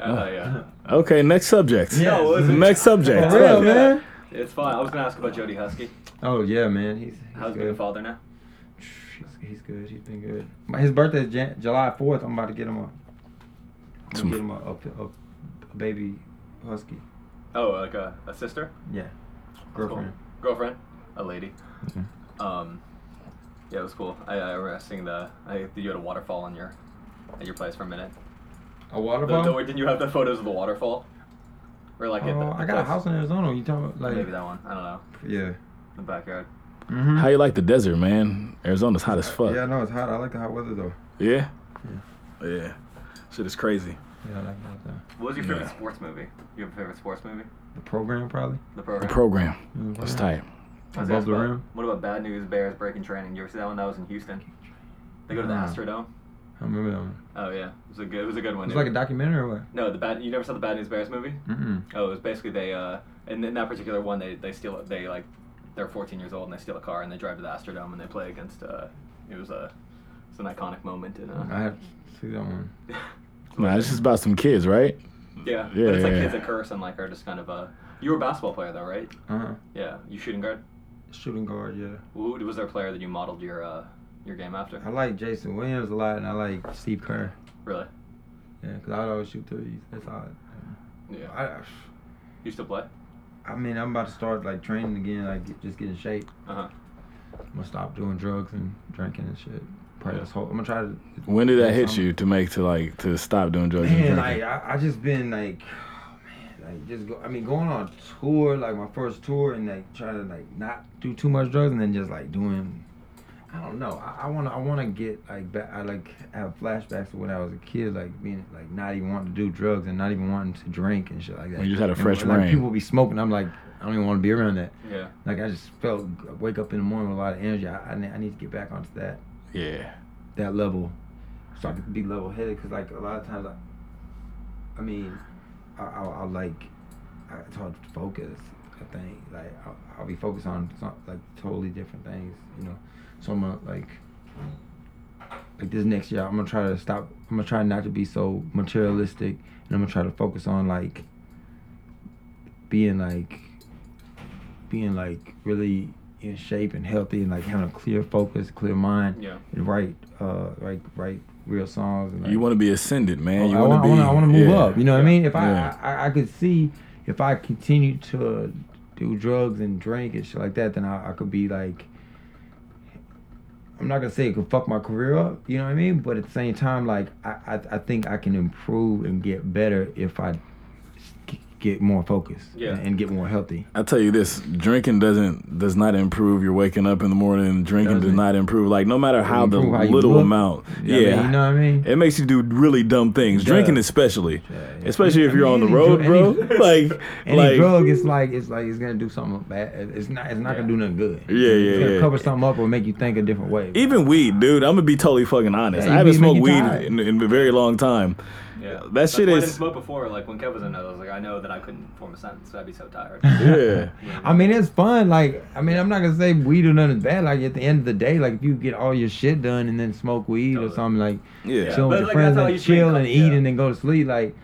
E: Oh.
C: Uh, yeah.
D: Okay. Next subject.
E: Yeah.
C: No, it wasn't.
D: Next subject.
E: For real, man.
C: It's fine. I was gonna ask about Jody Husky.
E: Oh yeah, man. He's, he's
C: How's being a
E: good.
C: father now?
E: He's, he's good. He's been good. My, his birthday is Jan- July 4th. I'm about to get him a. I'm gonna
D: Some-
E: get him a, a, a, a baby husky.
C: Oh, like a, a sister,
E: Yeah, girlfriend.
C: girlfriend, a lady.
E: Mhm.
C: Um, yeah, it was cool. I, I remember seeing the. I you had a waterfall on your at your place for a minute.
E: A
C: The,
E: waterfall.
C: the- didn't you have the photos of the waterfall? Or like at the,
E: Oh,
C: the
E: I got a
C: place?
E: house in Arizona. You talking about like
C: Maybe that one. I don't know.
E: yeah.
C: The backyard.
E: Mm-hmm.
D: How you like the desert, man? Arizona's hot as fuck.
E: Yeah, no, it's hot. I like the hot weather though.
D: Yeah. Yeah. Shit is crazy.
E: Yeah, I like that. Though.
C: What was your favorite
D: Yeah.
C: sports movie? You have a favorite sports movie?
E: The program probably.
C: The program.
D: The program.
E: Mm,
D: That's tight.
E: program.
C: I was
E: Above
C: asked
E: the
C: about-
E: rim.
C: What about Bad News Bears breaking training? You ever see that one? That was in Houston. They go to the
E: Nah.
C: Astrodome.
E: I remember that one.
C: Oh yeah, it was a good. It was a good
E: It
C: one.
E: was like a documentary or what?
C: no, the bad. You never saw the Bad News Bears movie?
E: Mm-mm.
C: Oh, it was basically they. Uh, and in that particular one, they they steal. They like, they're 14 years old and they steal a car and they drive to the Astrodome and they play against. Uh, it was a, it's an iconic moment in. Uh,
E: I have to see that one.
D: Nah, it's just about some kids, right?
C: yeah,
D: Yeah,
C: but it's like
D: yeah,
C: kids
D: yeah.
C: that curse and like are just kind of Uh, you were a basketball player though, right?
E: Uh huh.
C: Yeah, you shooting guard.
E: Shooting guard. Yeah.
C: Who was there a player that you modeled your uh, your game after?
E: I like Jason Williams a lot, and I like Steve Kerr.
C: Really?
E: Yeah, because I would always shoot threes. That's all.
C: Yeah.
E: I, um,
C: You still play?
E: I mean, I'm about to start like training again, like get, just get in shape.
C: Uh-huh.
E: I'm gonna stop doing drugs and drinking and shit. Probably this whole. I'm gonna try to.
D: When did that
E: this
D: hit
E: summer.
D: you to make to like to stop doing drugs?
E: Man,
D: and
E: like
D: drinking?
E: I, I just been like, man, like just go. I mean, going on tour, like my first tour, and like trying to like not do too much drugs, and then just like doing. I don't know. I, I wanna, I wanna get like back. I like have flashbacks to when I was a kid, like being like not even wanting to do drugs and not even wanting to drink and shit like that.
D: When you just had a
E: And,
D: fresh
E: like,
D: brain.
E: People be smoking. I'm like, I don't even want to be around that.
C: Yeah.
E: Like I just felt wake up in the morning with a lot of energy. I, I, ne- I need to get back onto that
D: yeah.
E: that level so I could be level headed because like a lot of times I, I mean I, I, I like I, it's hard to focus I think like I'll, I'll be focused on some, like totally different things you know so I'm gonna like like this next year I'm gonna try to stop I'm gonna try not to be so materialistic and I'm gonna try to focus on like being like being like really in shape and healthy and like having a clear focus clear mind
C: Yeah.
E: and write uh like write real songs and like, oh,
D: You want to be ascended, man. you
E: I
D: want to be.
E: wanna- I want to move
D: yeah.
E: up. You know what I mean? If I,
D: Yeah.
E: I I could see if I continue to do drugs and drink and shit like that, then I, I could be like. I'm not gonna say it could fuck my career up, you know what I mean? But at the same time, like I, I, I think I can improve and get better if I g- get more focused
C: Yeah.
E: and, and get more healthy.
D: I tell you this: drinking doesn't does not improve. You're waking up in the morning. Drinking does
E: Doesn't.
D: not improve. Like no matter how the
E: Improve how you
D: little
E: look.
D: amount.
E: You know what I
D: yeah.
E: mean? you know what I mean?
D: It makes you do really dumb things.
E: It
D: Drinking
E: does.
D: especially.
E: yeah.
D: Especially if
E: I
D: you're
E: mean,
D: on the
E: any
D: road, bro.
E: dr-
D: like
E: Any
D: like
E: drug, it's like it's like it's gonna do something bad. It's not it's not gonna do nothing good.
D: Yeah, yeah,
E: It's gonna
D: yeah.
E: cover something up or make you think a different way.
D: even weed, dude. I'm gonna be totally fucking honest.
E: Yeah,
D: I
E: you
D: haven't
E: be-
D: smoked
E: make you
D: weed
E: tired.
D: in, in a very long time.
C: Yeah.
D: That
C: That's
D: shit
C: why I
D: is-
C: didn't smoke before. Like when Kev was in, I was like, I know that I couldn't form a sentence. I'd be so tired.
D: Yeah.
E: I mean, it's fun. Like, I mean, I'm not gonna say weed or nothing is bad. Like, at the end of the day, like if you get all your shit done and then smoke weed or
C: Totally.
E: something, like
D: yeah.
E: chill
C: but
E: with
C: like,
E: your
C: that's
E: friends
C: how
E: and
C: you
E: chill and
C: drink,
E: eat
C: yeah.
E: and then go to sleep. Like,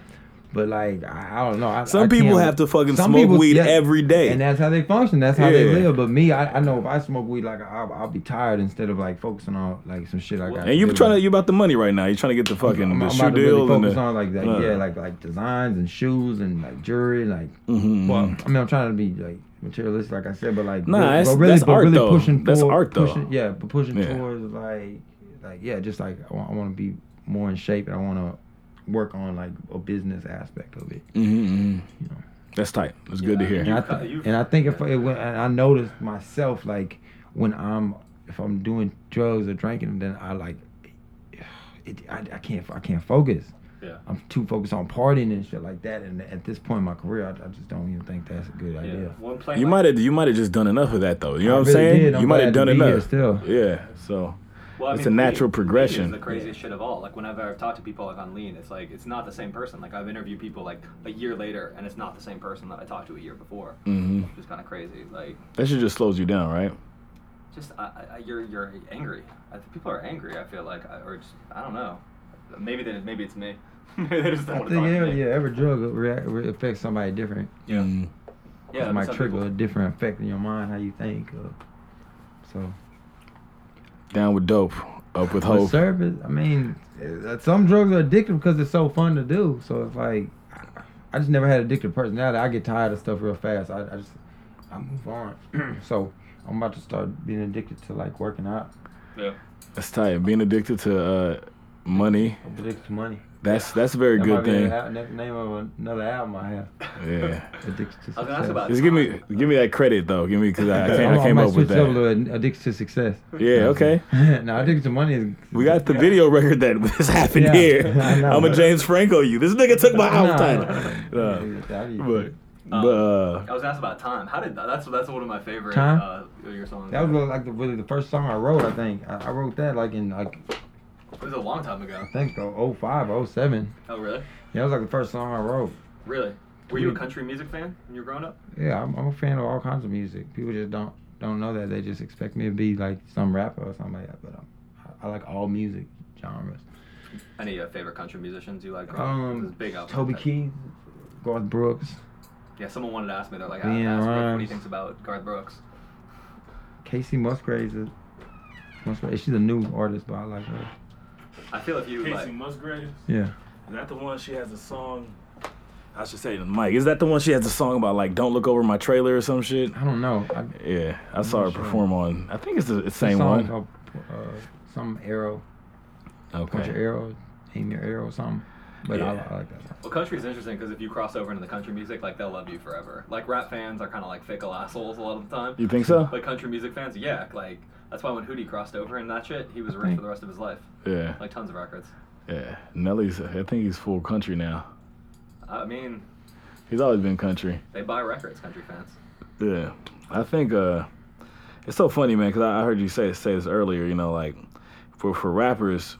E: But like I, I don't know. I,
D: Some
E: I
D: people
E: can't-
D: have to fucking
E: Some
D: smoke
E: people-
D: weed every day.
E: and that's how they function. That's how they
D: Yeah.
E: live. But me, I, I know if I smoke weed, like I'll, I'll be tired instead of like focusing on like some shit I got.
D: And you
E: do.
D: trying to you about the money right now. You trying to get the fucking
E: I'm,
D: the
E: I'm
D: shoe
E: about to
D: deal
E: really
D: and
E: focus
D: the,
E: on like that.
D: uh,
E: yeah, like like designs and shoes and like jewelry. Like,
D: mhm,
E: well,
D: mhm.
E: I mean, I'm trying to be like materialistic, like I said, but like,
D: Nah,
E: but-
D: that's-
E: but really,
D: that's
E: but
D: art,
E: really
D: though.
E: pushing
D: That's
E: toward-
D: art, though.
E: Pushing, yeah, but pushing
D: Yeah.
E: towards like, like yeah, just like I want, I want to be more in shape and I want to work on like a business aspect of it.
D: Mhm, mhm. That's tight. That's good to
E: And
D: hear.
E: I, th- and I think if it, when, and I noticed myself like when I'm if I'm doing drugs or drinking, then I like it, I, I can't I can't focus.
C: Yeah.
E: I'm too focused on partying and shit like that. And at this point in my career, I, I just don't even think that's a good
C: Yeah.
E: idea.
C: One plane
D: You
C: like-
D: might have you might have just done enough of that though. You know
E: I
D: what I'm
E: really
D: saying?
E: did. I'm
D: you might have
E: glad
D: done
E: to be here
D: enough.
E: still.
D: Yeah. So
C: Well, I
D: It's
C: mean,
D: a
C: weed-
D: natural
C: weed
D: progression.
C: is the craziest shit of all. Like whenever I've talked to people like on lean, it's like it's not the same person. Like I've interviewed people like a year later, and it's not the same person that I talked to a year before.
D: Mhm.
C: Which is kind of crazy. Like
D: that shit just slows you down, right?
C: just I, I- I, you're you're angry. I, think people are angry. I feel like, I, or just I don't know. Maybe they, maybe it's me. maybe they just don't
E: I
C: want to
E: think
C: talk
E: every,
C: to me.
E: yeah, every drug react, re- affects somebody different.
D: Yeah.
C: Yeah,
E: it might
C: some
E: trigger
C: people-
E: a different effect in your mind, how you think. Or, so,
D: Down with dope, up with
E: but
D: hope.
E: service. I mean, uh, some drugs are addictive because it's so fun to do. So it's like, I- I just never had addictive personality. I get tired of stuff real fast. I, I just, I move on. so I'm about to start being addicted to like working out,
D: That's tight. Being addicted to uh, money.
E: I'm addicted to money.
D: That's that's a very
E: That
D: good
E: might be
D: thing.
E: the al- na- name of another album I have.
D: Yeah.
C: I
E: Addicted to
C: was gonna ask
E: Success.
C: about
D: Just give me give me that credit though. Give me because I, I
E: I'm-
D: came, I
E: I
D: came
E: might
D: up with
E: switch
D: that.
E: over to Addicted to Success.
D: Yeah. Okay.
E: no, Addicted to Money is.
D: We got the video record that this happened
E: Yeah,
D: here.
E: I know.
D: I'm a James Franco. You. This nigga took my
E: Nah.
D: house time. Uh, but but uh,
C: I was asked about time. How did that's that's one of my favorite
E: Time?
C: uh, your songs.
E: That was like the, really the first song I wrote. I think I, I wrote that like in like
C: it was a long time ago.
E: I think oh five oh seven.
C: Oh really?
E: Yeah, that was like the first song I wrote.
C: Really? Were you a country music fan when you were growing up?
E: Yeah, I'm, I'm a fan of all kinds of music. People just don't don't know that. They just expect me to be like some rapper or something like that. But I'm, I, I like all music genres.
C: Any uh, favorite country musicians you like? growing up? This
E: Um,
C: is big album.
E: Toby Keith, Garth Brooks,
C: Yeah, someone wanted to ask me. They're like,
E: Leanne
C: ask Rick what he
E: Rimes.
C: thinks about Garth Brooks.
E: Casey Musgraves. is- Musgraves. She's a new artist, but I like her.
C: I feel if you like,
K: Casey Musgraves.
E: Yeah.
D: Is that the one she has a song? I should say to Mike. Is that the one she has a song about like "Don't Look Over My Trailer" or some shit?
E: I don't know. I,
D: Yeah, I saw her
E: sure.
D: perform on. I think it's the it's same
E: song
D: one.
E: Called, uh, some arrow, punch your
D: Okay.
E: arrow, aim your arrow, or something. But I,
D: Yeah.
E: I like that song.
C: well, country is interesting because if you cross over into the country music, like they'll love you forever. Like rap fans are kind of like fickle assholes a lot of the time.
D: You think so?
C: But country music fans, yeah, like that's why when Hootie crossed over and that shit, he was rich for the rest of his life.
D: Yeah,
C: Like tons of records.
D: yeah. Nelly's. I think he's full country now.
C: I mean,
D: He's always been country.
C: they buy records, country fans.
D: Yeah, I think uh, it's so funny, man. Cause I, I heard you say say this earlier. You know, like for for rappers,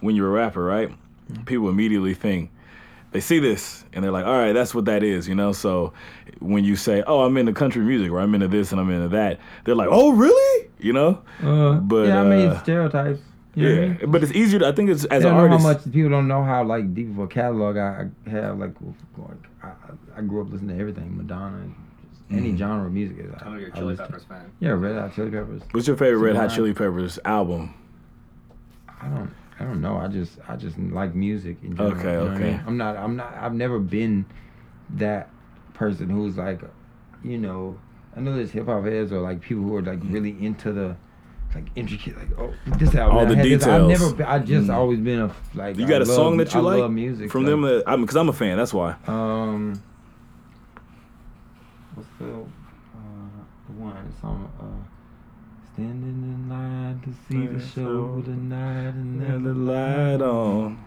D: when you're a rapper, right?
E: Mm-hmm.
D: People immediately think they see this and they're like, all right, that's what that is. You know, so when you say, oh, I'm into country music or I'm into this and I'm into that, they're like, oh, really? You know?
E: Uh,
D: But,
E: yeah, I mean
D: uh,
E: stereotypes. You know what I
D: Yeah.
E: mean?
D: But it's easier. To, I think it's as
E: They
D: an
E: don't know how
D: artist.
E: much people don't know how like deep of a catalog I I have. Like, w- like I, I- I grew up listening to everything, Madonna, and just
D: Mm-hmm.
E: any genre of music. is- I,
C: I know you're a
E: I
C: Chili
E: listen to.
C: Peppers fan.
E: Yeah, Red Hot Chili Peppers.
D: What's your favorite Red Hot
E: Superman.
D: Chili Peppers album?
E: I don't. I don't know. I just. I just like music. In general,
D: Okay,
E: you know what I
D: okay.
E: mean? I'm not. I'm not. I've never been that person who's like, you know. I know there's hip hop heads or like people who are like really into the, like intricate, like oh this album.
D: All
E: I
D: the
E: had this- I've
D: details.
E: never. been- I just
D: Mm.
E: always been a like.
D: You
E: I
D: got a
E: love-
D: song that you
E: I
D: like
E: love music
D: from
E: like,
D: them? That, I'm because I'm a fan. That's why.
E: Um, what's the uh, the one? It's on. Uh, Standing in line to see the show tonight, another
D: light on.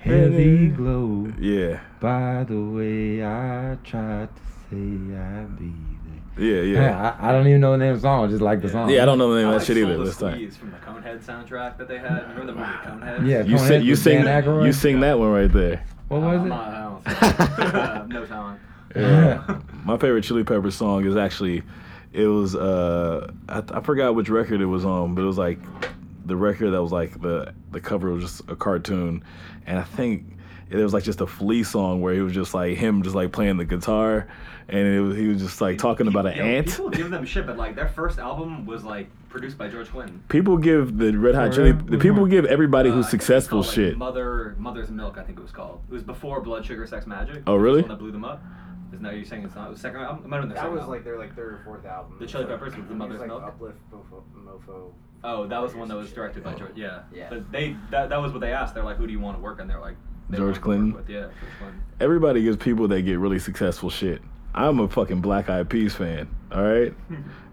E: heavy glow.
D: Yeah,
E: By the way, I tried to say I'd be there.
D: yeah, yeah.
E: Yeah, I, I don't even know the name of the song. I just like the song.
D: Yeah, I don't know the name
C: I
D: of
C: like
D: that shit either.
C: Soul to
D: This time.
C: Squeeze from the Conehead soundtrack that they had. Remember the movie Conehead?
E: Yeah,
D: You
E: Coneheads
D: sing, you
E: with
D: sing,
E: Dan Aykroyd?
D: you sing that one right there.
E: What
C: I'm
E: was it?
C: not- I don't think- I have no talent. Um,
E: Yeah.
D: My favorite Chili Pepper song is actually, it was uh, I, I forgot which record it was on, but it was like the record that was like the the cover was just a cartoon, and I think It was like just a flea song where it was just like him just like playing the guitar, and it was, he was just like talking about an
C: Yo,
D: ant.
C: People give them shit, but like their first album was like produced by George Clinton.
D: People give the Red Hot
E: For
D: Chili.
E: real?
D: The people give everybody
C: Uh,
D: who's
C: I think it was
D: successful
C: called, like,
D: shit.
C: Mother, Mother's Milk, I think it was called. It was before Blood Sugar Sex Magic.
D: Oh, really?
C: The one that blew them up. Isn't that what you're saying? It's not the second album. It might have been their
L: That
C: second
L: was
C: album.
L: like their like third or fourth album.
C: The Chili
L: So,
C: Peppers with the
L: it was,
C: Mother's
L: like
C: Milk?
L: Uplift Mofo. mofo.
C: Oh, that was the one that was directed by George. Yeah.
L: Yeah.
C: But they that, that was what they asked. They're like, who do you want to work? on? they're like, they wanted
D: George
C: to
D: Clinton?
C: work With. Yeah, George Clinton.
D: Everybody gives people that get really successful shit. I'm a fucking Black Eyed Peas fan. All right.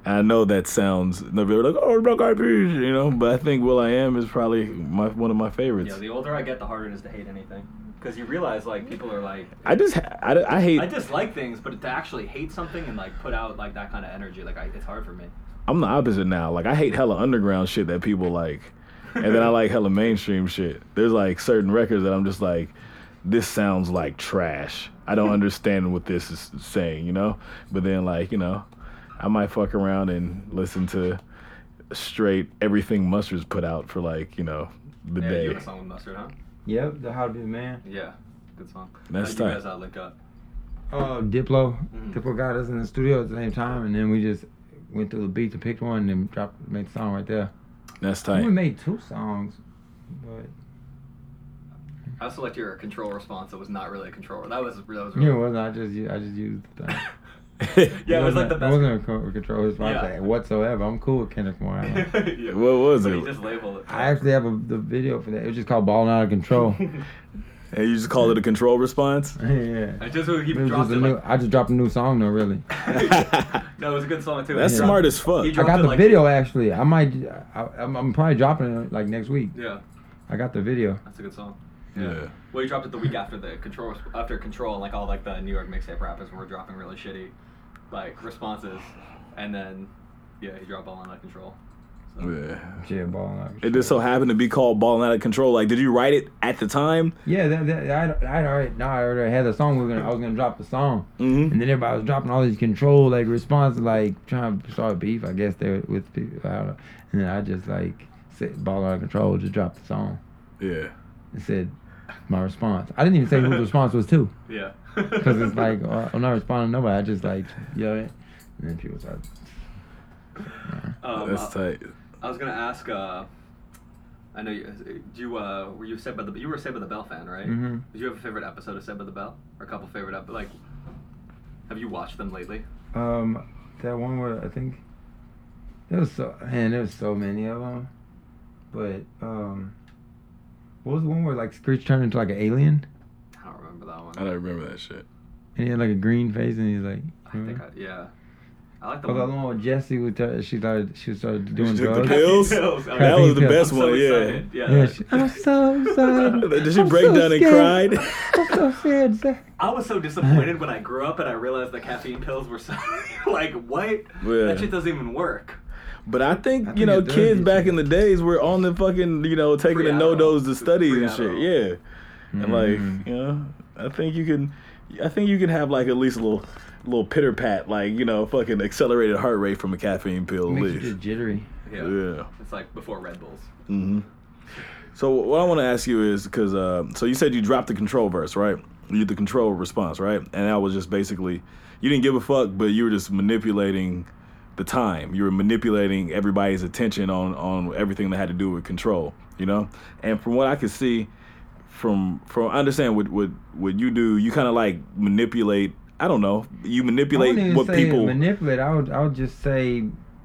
D: I know that sounds. They're like, oh, Black Eyed Peas, you know. But I think Will I Am is probably my one of my favorites.
C: Yeah. The older I get, the harder it is to hate anything. Because you realize like people are like,
D: I just, ha- I, I hate.
C: I dislike things, but to actually hate something and like put out like that kind of energy, like I, it's hard for me.
D: I'm the opposite now. Like I hate hella underground shit that people like, and then I like hella mainstream shit. There's like certain records that I'm just like, this sounds like trash. I don't understand what this is saying, you know. But then like you know, I might fuck around and listen to straight everything Mustard's put out for like you know the
C: yeah, you
D: day.
C: have a song with mustard, huh?
E: Yep, the How to Be a Man.
C: Yeah, good song.
D: That's
C: How'd you
D: tight.
C: guys uh, link up.
E: Uh, Diplo.
C: Mhm.
E: Diplo got us in the studio at the same time, and then we just went through the beats and picked one, and then dropped made the song right there.
D: That's
E: We
D: tight.
E: made two songs, but
C: I also liked your control response. It was not really a control. That was that was
E: you
C: really.
E: know, it wasn't I just u- I just used the thing.
C: Yeah, it was like the
E: I
C: best.
E: wasn't a co- control his
C: Yeah.
E: like, whatsoever. I'm cool with Kendrick Lamar. I don't-
C: yeah.
D: What was
C: But he
D: it?
C: just labeled it.
E: I actually have a, the video for that. It was just called Balling Out of Control.
D: And you just called it a control response.
E: yeah.
C: I just he
E: It was
C: dropped
E: just
C: it
E: a new,
C: like
E: I just dropped a new song though, really.
D: That's
C: no, it was a good song too. He dropped-
D: smart as fuck.
C: he
E: I
C: dropped
E: got
C: it
E: the
C: like-
E: video actually. I might, I, I'm, I'm probably dropping it like next week.
C: Yeah,
E: I got the video.
C: that's a good song.
D: Yeah.
C: Well, he dropped it the week after the control after control and like all like the New York mixtape rappers were dropping really shitty like responses, and then yeah, he dropped all on that control. So,
D: Yeah.
E: Yeah, balling out. of
D: It
E: Control.
D: just so happened to be called "Balling Out of Control." Like, did you write it at the time?
E: Yeah, that, that, I, I already, now I already had the song. We were gonna, I was gonna drop the song,
D: Mhm.
E: and then everybody was dropping all these control like responses, like trying to start beef. I guess they were with people. I don't know. And then I just like said, ball out of control, just dropped the song
D: Yeah.
E: and said my response. I didn't even say who the response was to,
C: yeah.
E: because it's like uh, I'm not responding to nobody. I just like yo, and then people was like,
C: um,
D: That's tight.
C: I was gonna ask. Uh, I know you. Do you uh, were you Saved by the you were Saved by the Bell fan, right?
D: Mm-hmm.
E: Mhm.
C: Did you have a favorite episode of Saved by the Bell, or a couple favorite up? Like, have you watched them lately?
E: um, that one where I think there was so man, there was so many of them, but um, what was the one where like Screech turned into like an alien?
C: I don't remember that one.
D: I don't remember that shit.
E: And he had like a green face, and he's like,
C: I think I, yeah. I like the
E: oh, the
C: one.
E: one with Jesse, who tar- she started, she started doing
D: She took the
E: drugs.
D: pill? Pills?
C: Pills. I
D: That
E: Crappy
D: was the
E: Pills.
D: best
C: I'm so
D: one. yeah.
C: excited.
E: Yeah, she, I'm so sad.
D: Did she
E: I'm
D: break
E: so
D: down and
E: scared.
D: cried?
E: I'm so sad. Zach.
C: I was so disappointed when I grew up and I realized the caffeine pills were so like what?
D: Yeah.
C: That shit doesn't even work.
D: But I think,
E: I
D: you
E: think
D: know,
E: it does
D: kids
E: get
D: back
E: you.
D: in the days were on the fucking, you know, taking
C: Free
D: the no
C: Adderall.
D: dose to studies
C: Free
D: and shit.
C: Adderall.
D: Yeah. And
E: Mm-hmm.
D: like, you know, I think you can, I think you can have like at least a little, little pitter pat, like you know, fucking accelerated heart rate from a caffeine pill. At
E: Makes you
D: least.
E: just jittery.
C: Yeah.
D: yeah.
C: It's like before Red Bulls.
D: hmm So what I want to ask you is because uh, so you said you dropped the control verse, right? You did the control response, right? And that was just basically you didn't give a fuck, but you were just manipulating the time. You were manipulating everybody's attention on on everything that had to do with control, you know. And from what I could see, from from I understand what what what you do, you kind of like manipulate. I don't know. You
E: I wouldn't even
D: manipulate what
E: say
D: people.
E: manipulate. I would, I would just say,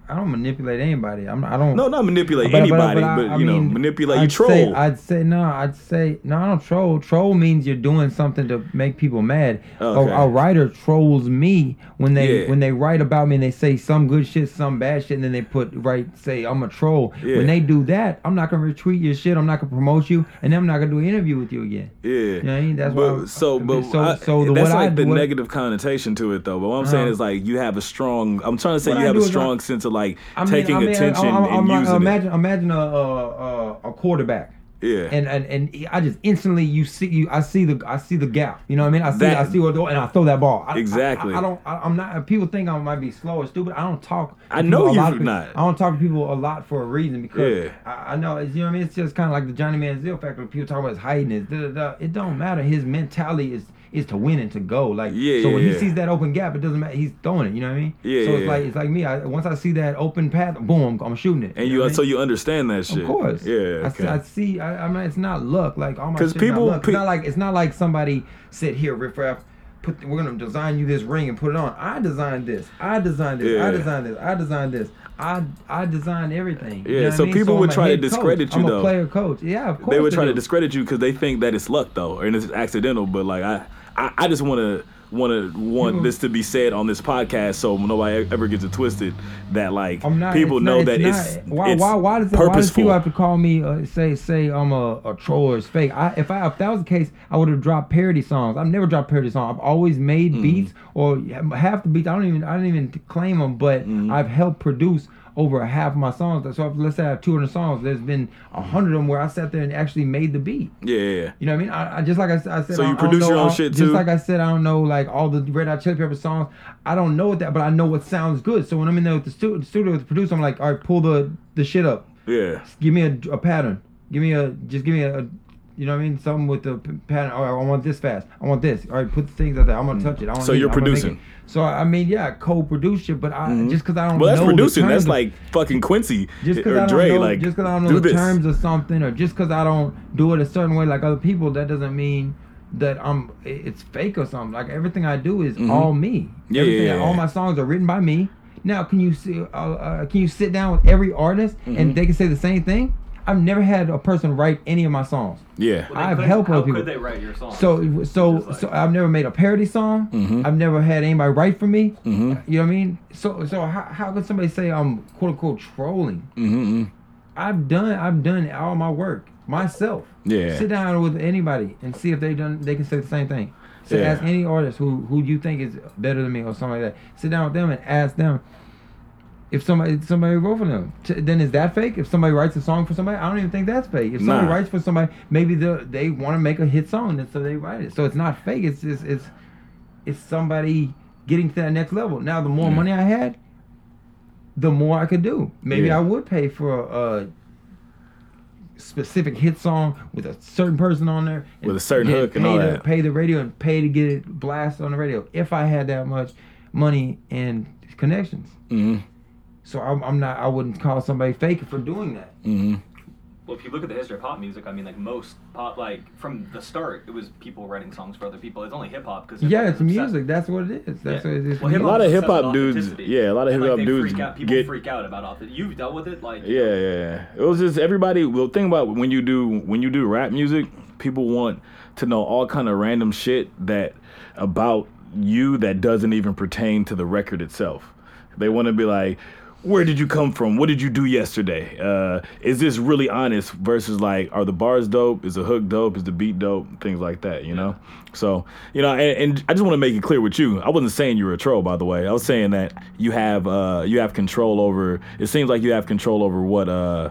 E: I don't manipulate anybody. I'm, I don't.
D: no, not manipulate
E: But- but-
D: anybody, but,
E: I- I
D: you know,
E: mean,
D: manipulate. you
E: I'd
D: troll.
E: Say, I'd say no. I'd say no. I don't troll. Troll means you're doing something to make people mad.
D: Okay.
E: A, a writer trolls me when they
D: Yeah.
E: when they write about me and they say some good shit, some bad shit, and then they put right say I'm a troll.
D: Yeah.
E: When they do that, I'm not gonna retweet your shit. I'm not gonna promote you, and then I'm not gonna do an interview with you again.
D: Yeah.
E: know what I mean? That's
D: but,
E: why I-
D: so, but
E: so-
D: I-
E: so the-
D: that's
E: what I
D: like the
E: do-
D: negative connotation to it, though. But what I'm saying
E: Uh-huh.
D: is like you have a strong. I'm trying to say
E: What
D: you
E: I
D: have
E: do
D: a
E: is I-
D: strong sense of like
E: I mean,
D: taking
E: I mean,
D: attention
E: I, I, I'm
D: and
E: like-
D: using
E: imagine, Imagine a, a, a- a quarterback.
D: Yeah.
E: And, and and I just instantly you see you I see the I see the gap. You know what I mean? I see
D: That-
E: I see what and I throw that ball. I- I-
D: Exactly.
E: I, I don't. I, I'm not. People think I might be slow or stupid. I don't talk. to
D: I know
E: people a
D: you're
E: lot of people-
D: not.
E: I don't talk to people a lot for a reason because
D: Yeah.
E: I, I know it's- you know what I mean. It's just kind of like the Johnny Manziel factor. People talk about his height and his da da da. It don't matter. His mentality is is to win and to go. Like
D: Yeah,
E: So
D: yeah,
E: when he
D: yeah.
E: sees that open gap, it doesn't matter. He's throwing it. You know what I mean?
D: Yeah,
E: So
D: yeah,
E: it's like
D: yeah.
E: it's like me. I, once I see that open path, boom, I'm, I'm shooting it.
D: and
E: know
D: you,
E: what I mean?
D: so you understand that shit.
E: Of course.
D: Yeah.
E: I s-
D: Okay.
E: I, see. I, I mean, it's not luck. Like all my
D: 'Cause
E: shit not
D: people
E: luck.
D: pe-
E: it's not like it's not like somebody said here, riff raff. Put we're gonna design you this ring and put it on. I designed this. I designed this.
D: Yeah.
E: I designed this. I designed this. I I designed everything. You
D: Yeah,
E: know what
D: so
E: I mean?
D: people
E: I'm
D: would
E: a
D: try to
E: head coach.
D: discredit you,
E: I'm
D: though.
E: A player coach. Yeah, of course.
D: they would try to
E: do.
D: discredit you because they think that it's luck though, and it's accidental. But like I, I, I just want to want to want
E: People-
D: this to be said on this podcast so nobody e, ever gets it twisted that like
E: I'm not.
D: people
E: it's
D: know
E: not,
D: that
E: it's,
D: it's,
E: not, why,
D: it's
E: why why does why does
D: purposeful.
E: people have to call me uh, say say I'm a, a troll or it's fake? I if I if that was the case, I would have dropped parody songs. I've never dropped parody songs. I've always made
D: Mm.
E: beats or half the beats. I don't even I don't even claim them, but
D: Mm-hmm.
E: I've helped produce over half my songs. So if, let's say I have 200 songs. There's been hundred of them where I sat there and actually made the beat.
D: yeah, yeah, yeah.
E: You know what I mean? I, I just like I, s- I said.
D: So
E: I
D: you
E: don't- I don't
D: produce your
E: know-
D: own
E: I don't-
D: shit,
E: just
D: too?
E: like I said, I don't know like all the Red Hot Chili Pepper songs. I don't know what that, but I know what sounds good. So when I'm in there with the, stu- studio with the producer, I'm like, all right, pull the the shit up.
D: yeah.
E: Give me a, a pattern. Give me a just give me a, a- you know what I mean? Something with the p- pattern. All right, I want this fast. I want this. All right, put the things out there. I'm gonna touch it. I wanna
D: Mm. So
E: make it.
D: you're
E: I'm gonna make
D: producing. Mm-hmm.
E: it. So I mean, yeah, I co-produce it, but I just because I don't
D: Well, that's
E: know the
D: producing. That's
E: terms of-
D: like fucking Quincy
E: just because
D: or
E: I don't
D: Dre.
E: know,
D: like
E: just 'cause I don't know
D: do
E: the
D: this.
E: terms of something, or just because I don't do it a certain way like other people, that doesn't mean that I'm i- it's fake or something. Like everything I do is all me.
D: Mm-hmm. Yeah,
E: Everything-
D: yeah, yeah,
E: All
D: yeah.
E: my songs are written by me. Now, can you see? Uh, uh, can you sit down with every artist
D: Mm-hmm.
E: and they can say the same thing? I've never had a person write any of my songs.
D: yeah.
G: Well, they
E: I've
G: couldn't-
E: helped
G: How
E: other people.
G: could they write your song?
E: So so
G: It's like-
E: so I've never made a parody song.
D: Mm-hmm.
E: I've never had anybody write for me. You know what I mean? So so how how could somebody say I'm quote unquote trolling?
D: Mm-hmm.
E: I've done I've done all my work myself.
D: Yeah.
E: Sit down with anybody and see if they done they can say the same thing. So
D: Yeah.
E: ask any artist who who you think is better than me or something like that. Sit down with them and ask them if somebody somebody wrote for them. T- then is that fake? If somebody writes a song for somebody, I don't even think that's fake. If somebody
D: Nah.
E: writes for somebody, maybe they they want to make a hit song and so they write it. So it's not fake. It's it's it's, it's somebody getting to that next level. Now the more money I had, the more I could do. Maybe
D: Yeah.
E: I would pay for a, specific hit song with a certain person on there, and
D: With a certain
E: get
D: hook and
E: pay
D: all
E: to-
D: that.
E: Pay the radio and pay to get it blasted on the radio. If I had that much money and connections,
D: Mm-hmm.
E: so I'm, I'm not. I wouldn't call somebody fake for doing that.
D: Mm-hmm.
G: Well, if you look at the history of pop music, I mean, like most pop, like from the start, it was people writing songs for other people. It's only hip hop because
E: Yeah, it's music. That's what it is. That's
G: Yeah.
E: what it is.
G: Well, hip-hop
D: A lot of
G: is
D: hip
G: obsessed
D: hop
G: with
D: dudes-
G: authenticity.
D: yeah, a lot of
G: And,
D: hip hop
G: they
D: dudes
G: Freak out, people
D: get-
G: freak out about authenticity. You've dealt with it, like
D: Yeah, yeah, yeah. It was just everybody. Well, think about when you do when you do rap music, people want to know all kind of random shit that about you that doesn't even pertain to the record itself. They want to be like, where did you come from? What did you do yesterday? Uh, is this really honest? Versus like, are the bars dope? Is the hook dope? Is the beat dope? Things like that, you know. So you know, and, and I just want to make it clear with you. I wasn't saying you were a troll, by the way. I was saying that you have uh, you have control over. It seems like you have control over what uh,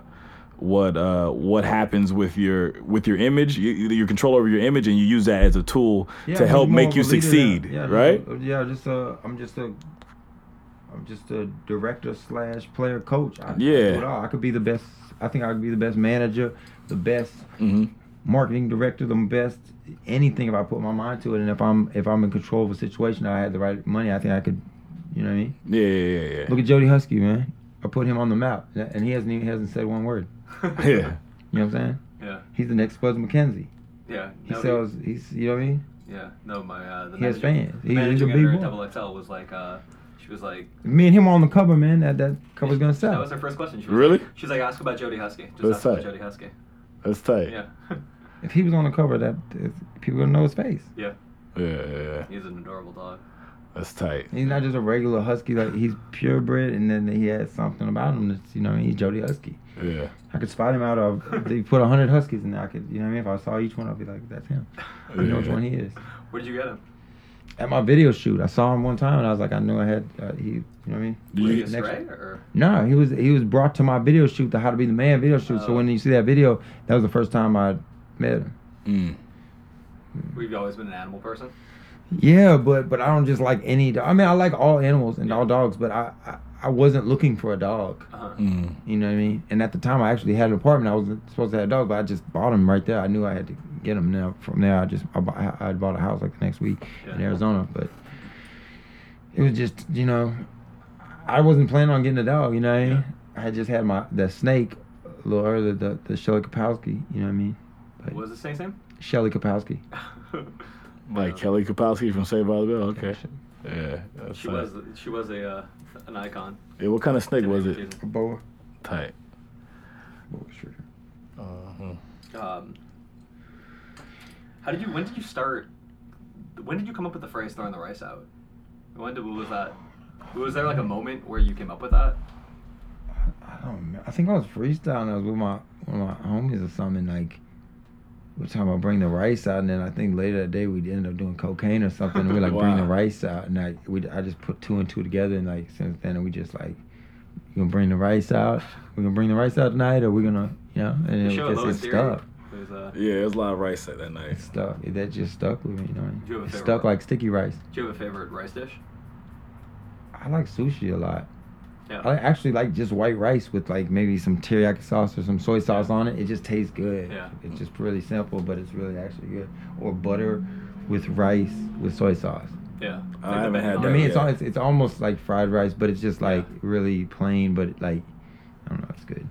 D: what uh, what happens with your with your image. You, you- your control over your image, and you use that as a tool
E: Yeah,
D: to
E: I'm
D: help
E: more
D: make
E: of
D: you
E: a leader
D: succeed,
E: than- yeah, just
D: right?
E: a- yeah, just a. I'm just a. I'm just a director slash player coach. I, I do
D: Yeah.
E: it all. I could be the best. I think I could be the best manager, the best
D: hmm
E: marketing director, the best anything if I put my mind to it. And if I'm if I'm in control of a situation, I had the right money. I think I could. You know what I mean?
D: Yeah, yeah, yeah, yeah.
E: Look at Jody Husky, man. I put him on the map, and he hasn't even hasn't said one word.
D: yeah.
E: You know what I'm saying?
G: yeah,
E: He's the next Buzz McKenzie.
G: yeah.
E: He
G: no,
E: sells. He's you know what I mean?
G: yeah, no, my uh, the
E: He has
G: managing-
E: fans.
G: the
E: He's a
G: managing
E: big
G: editor at
E: boy.
G: Double XL was like, uh, she was like,
E: Me and him on the cover, man. That that cover's gonna sell.
G: that was her first question. She was
D: Really?
G: Like, she's like, ask about Jody Husky. Just
D: That's
G: ask about
D: tight.
G: Jody Husky.
D: That's tight.
G: Yeah,
E: If he was on the cover, that if people gonna know his face.
G: yeah.
D: Yeah, yeah, yeah.
G: He's an adorable dog.
D: That's tight.
E: He's not just a regular husky; like he's purebred, and then he has something about him that's you know what I mean, he's Jody Husky.
D: Yeah.
E: I could spot him out of they put hundred huskies in there. I could you know what I mean. If I saw each one, I'd be like, that's him. I know which
D: Yeah.
E: one he is.
G: Where did you get him?
E: at my video shoot. I saw him one time and I was like, I knew I had uh, he. You know what I mean?
D: Did
C: Were
D: you-
C: you
E: Next
C: astray,
E: one.
C: or
E: No, he was he was brought to my video shoot, the How to Be the Man video shoot. so
C: Oh.
E: when you see that video, that was the first time I met him.
D: Mm.
C: we've always been an animal person?
E: Yeah, but but I don't just like any. dog. I mean, I like all animals and all dogs, but I, I I wasn't looking for a dog.
C: Uh-huh.
D: Mm.
E: You know what I mean? And at the time, I actually had an apartment. I was supposed to have a dog, but I just bought him right there. I knew I had to get him. Now from there, I just I bought, I bought a house like the next week in
C: Yeah.
E: Arizona. But it was just you know, I wasn't planning on getting a dog. You know what I mean? I just had my the snake a little earlier, the the Shelly Kapowski. You know what I mean?
C: What was the snake's name?
E: Shelly Kapowski.
D: Like Kelly Kapowski from Saved by the Bell. Okay. Yeah. That's
C: She
D: tight.
C: was she was a uh, an icon.
D: Yeah, what kind of snake was it?
C: She's-
E: A boa.
D: Tight.
E: Boa sure.
D: Uh-huh.
C: Um, how did you? When did you start? When did you come up with the phrase "throwing the rice out"? When did, what was that? Was there like a moment where you came up with that?
E: I don't know. I think I was freestyling. I was with my one of my homies or something. Like we're talking about bring the rice out, and then I think later that day we ended up doing cocaine or something. And we like bring the
D: Wow.
E: rice out, and I we I just put two and two together, and like since then we just like you gonna bring the rice out. We're gonna bring the rice out tonight, or we're gonna you know, and
C: The
E: it
C: show
E: just
C: Low
E: it
C: in Theory.
E: stuck.
C: There's a.
D: Yeah, it was a lot of rice at that night.
E: It stuck. It, that just stuck with me. You know, what I mean?
C: Do you have a
E: It
C: favorite?
E: stuck like sticky rice.
C: Do you have a favorite rice dish?
E: I like sushi a lot.
C: Yeah.
E: I actually like just white rice with like maybe some teriyaki sauce or some soy sauce on it. It just tastes good.
C: Yeah.
E: It's just really simple, but it's really actually good. Or butter with rice with soy sauce.
C: yeah. It's
D: I
C: the
D: haven't
C: best
D: had
E: I
D: Oh,
C: non-
E: mean, it's,
D: yeah.
E: al- it's it's almost like fried rice, but it's just like really plain, but like I don't know, it's good.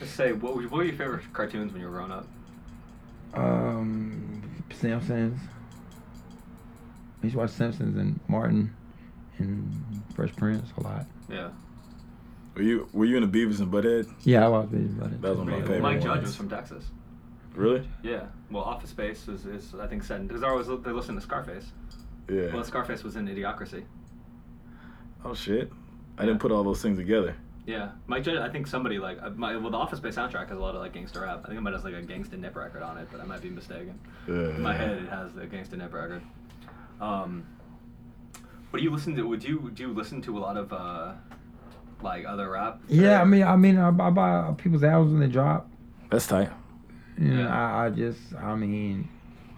C: Let's say, what were, what were your favorite cartoons when you were growing up?
E: Um, Simpsons. I used to watch Simpsons and Martin and Fresh Prince a lot.
C: Yeah.
D: Were you Were you in the Beavis and Butthead?
E: Yeah, I watched Beavis about it.
D: That was one of my
C: Well,
D: favorite
C: Mike
D: ones.
C: Judge was from Texas.
D: Really?
C: Yeah. Well, Office Space is, is I think, set in. Because always they listen to Scarface.
D: Yeah.
C: Well, Scarface was in Idiocracy.
D: Oh shit! I didn't put all those things together.
C: Yeah, Mike Judge. I think somebody like uh, my, well, the Office Space soundtrack has a lot of like gangster rap. I think it might have like a gangsta nip record on it, but I might be mistaken.
D: Yeah.
C: In my head, it has a gangsta nip record. Um, what do you listen to? Would you do you listen to a lot of uh, like other rap?
E: Yeah, I mean, I mean, I, I buy uh, people's albums when they drop.
D: That's tight.
E: And
C: Yeah.
E: I, I just, I mean,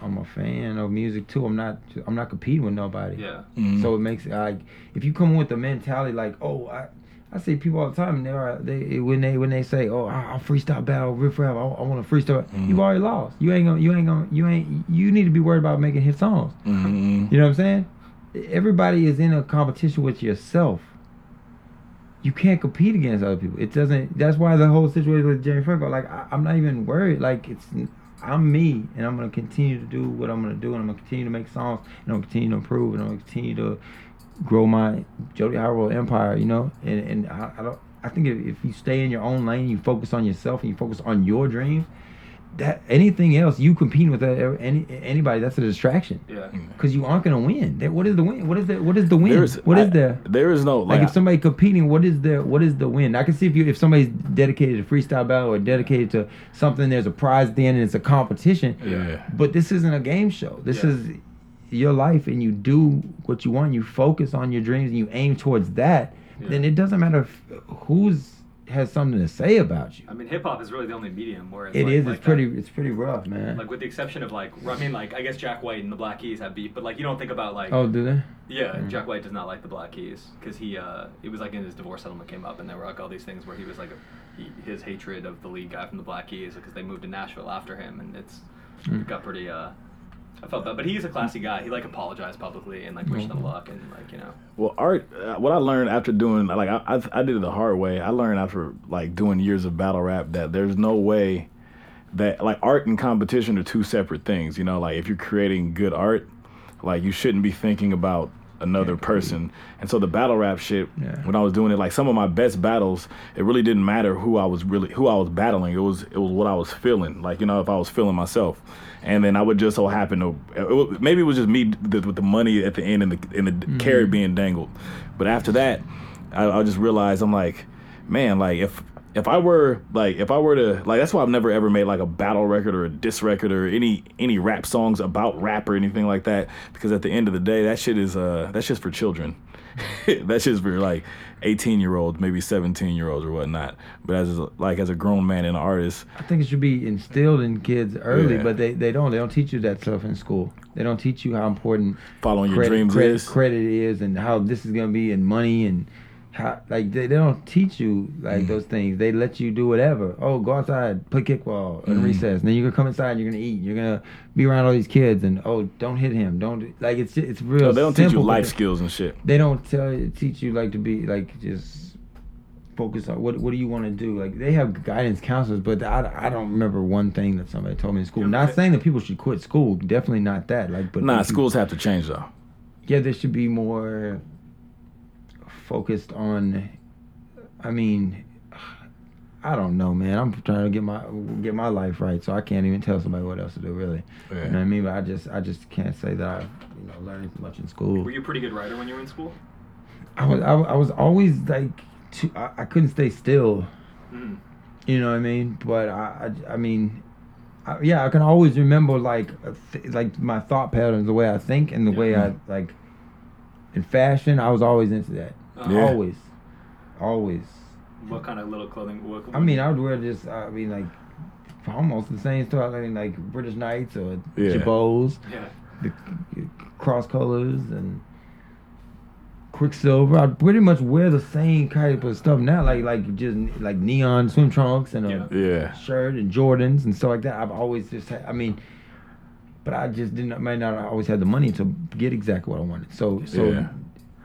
E: I'm a fan of music too. I'm not, I'm not competing with nobody.
C: Yeah.
D: Mhm.
E: So it makes it like, if you come with the mentality like, oh, I, I see people all the time. and They are they when they when they say, oh, I, I freestyle battle, riff rap. I, want to freestyle. You've already lost. You ain't gonna, you ain't gonna, you ain't. You need to be worried about making hit songs.
D: Mhm.
E: You know what I'm saying? Everybody is in a competition with yourself. You can't compete against other people. It doesn't. That's why the whole situation with Jerry Franco. Like I, I'm not even worried. Like it's, I'm me, and I'm gonna continue to do what I'm gonna do, and I'm gonna continue to make songs, and I'm gonna continue to improve, and I'm gonna continue to grow my Jody Howell empire. You know, and and I, I don't. I think if, if you stay in your own lane, you focus on yourself, and you focus on your dreams. That anything else, you competing with uh, any anybody, that's a distraction
C: Yeah.
D: Mm-hmm.
E: because you aren't gonna win. There- What is the win? What is the what is the win? What is
D: I-
E: the
D: There is no
E: like
D: like.
E: if somebody competing? What is the what is the win? I can see if you if somebody's dedicated to freestyle battle or dedicated to something. There's a prize at the end and it's a competition.
D: Yeah.
E: But this isn't a game show. This
C: Yeah.
E: is your life, and you do what you want. You focus on your dreams and you aim towards that. Then it doesn't matter if, who's has something to say about you.
C: I mean, hip hop is really the only medium where it's
E: It
C: like,
E: is.
C: like that.
E: it's pretty. It's pretty rough, man.
C: Like with the exception of like, I mean, like I guess Jack White and the Black Keys have beef, but like you don't think about like
E: oh, do they?
C: Yeah, Jack White does not like the Black Keys because he uh, it was like in his divorce settlement came up, and there were like all these things where he was like, he, his hatred of the lead guy from the Black Keys because they moved to Nashville after him, and it's
E: Mm.
C: it got pretty. Uh, I felt bad, but he is a classy guy. He like apologized publicly and like wished
E: Mm.
C: them luck and like you know.
D: Well, art. Uh, what I learned after doing like I, I I did it the hard way. I learned after like doing years of battle rap that there's no way that like art and competition are two separate things. You know, like if you're creating good art, like you shouldn't be thinking about another person. And so the battle rap shit,
E: Yeah.
D: when I was doing it, like some of my best battles, it really didn't matter who I was really who I was battling. It was it was what I was feeling. Like you know, if I was feeling myself, and then I would just so happen to it, wa- maybe it was just me th- with the money at the end and the and the carrot being dangled. But after that, I, I just realized I'm like, man, like if if I were like if I were to like that's why I've never ever made like a battle record or a diss record or any any rap songs about rap or anything like that because at the end of the day that shit is uh that's just for children. that's just for like 18 year olds, maybe 17 year olds or whatnot. But as a, like as a grown man and an artist,
E: I think it should be instilled in kids early,
D: Yeah.
E: but they, they don't they don't teach you that stuff in school. They don't teach you how important
D: following your
E: credit,
D: dreams
E: credit,
D: is
E: credit is and how this is gonna be and money and how like they, they don't teach you like
D: Mm.
E: those things. They let you do whatever. Oh, go outside, play kickball in
D: Mm.
E: recess, and then you're gonna come inside. You're gonna eat. You're gonna be around all these kids, and oh, don't hit him. Don't do-" like it's it's real.
D: No, they don't teach you
E: simple, but
D: life
E: they-
D: skills and shit.
E: They don't tell you, teach you like to be like just focus on what what do you want to do. Like they have guidance counselors, but I, I don't remember one thing that somebody told me in school. Not saying that people should quit school. Definitely not that. Like, but
D: Nah,
E: if you-
D: schools have to change though.
E: yeah, there should be more focused on. I mean, I don't know, man. I'm trying to get my get my life right, so I can't even tell somebody what else to do, really. You know what I mean? But I just I just can't say that I you know learned much in school.
G: Were you a pretty good writer when you were in school?
E: I was I, I was always like too, I, I couldn't stay still.
G: Mm.
E: You know what I mean? But I I, I mean. I, yeah, I can always remember like a th- like my thought patterns, the way I think, and the way I
D: Mm-hmm.
E: like. In fashion, I was always into that.
G: Uh,
D: Yeah.
C: Oh,
E: Always, always.
G: What kind of little clothing? What,
E: I mean, I would wear just I mean like almost the same stuff. I mean like British Knights or
D: Yeah.
E: Jabots,
G: yeah.
E: the c- cross colors and Quicksilver. I pretty much wear the same type of stuff now, like like just like neon swim trunks and a
G: Yeah.
D: Yeah.
E: shirt and Jordans and stuff like that. I've always just had, I mean, but I just didn't, might not always had the money to get exactly what I wanted. So, so
D: Yeah.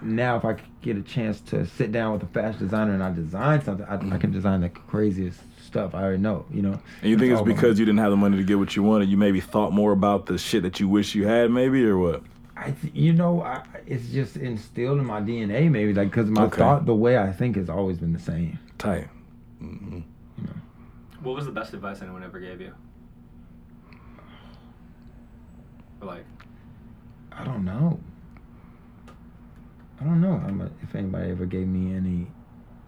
E: now if I could get a chance to sit down with a fashion designer and I design something, I, I can design the craziest stuff I already know, you know.
D: And you think it's
E: all about-
D: because you didn't have the money to get what you wanted, you maybe thought more about the shit that you wish you had, maybe, or what?
E: I, th- you know, I, it's just instilled in my DNA, maybe, like, because my
D: Okay.
E: thought, the way I think has always been the same.
D: Tight.
G: What was the best advice anyone ever gave you? Or like,
E: I don't know. I don't know how much, if anybody ever gave me any.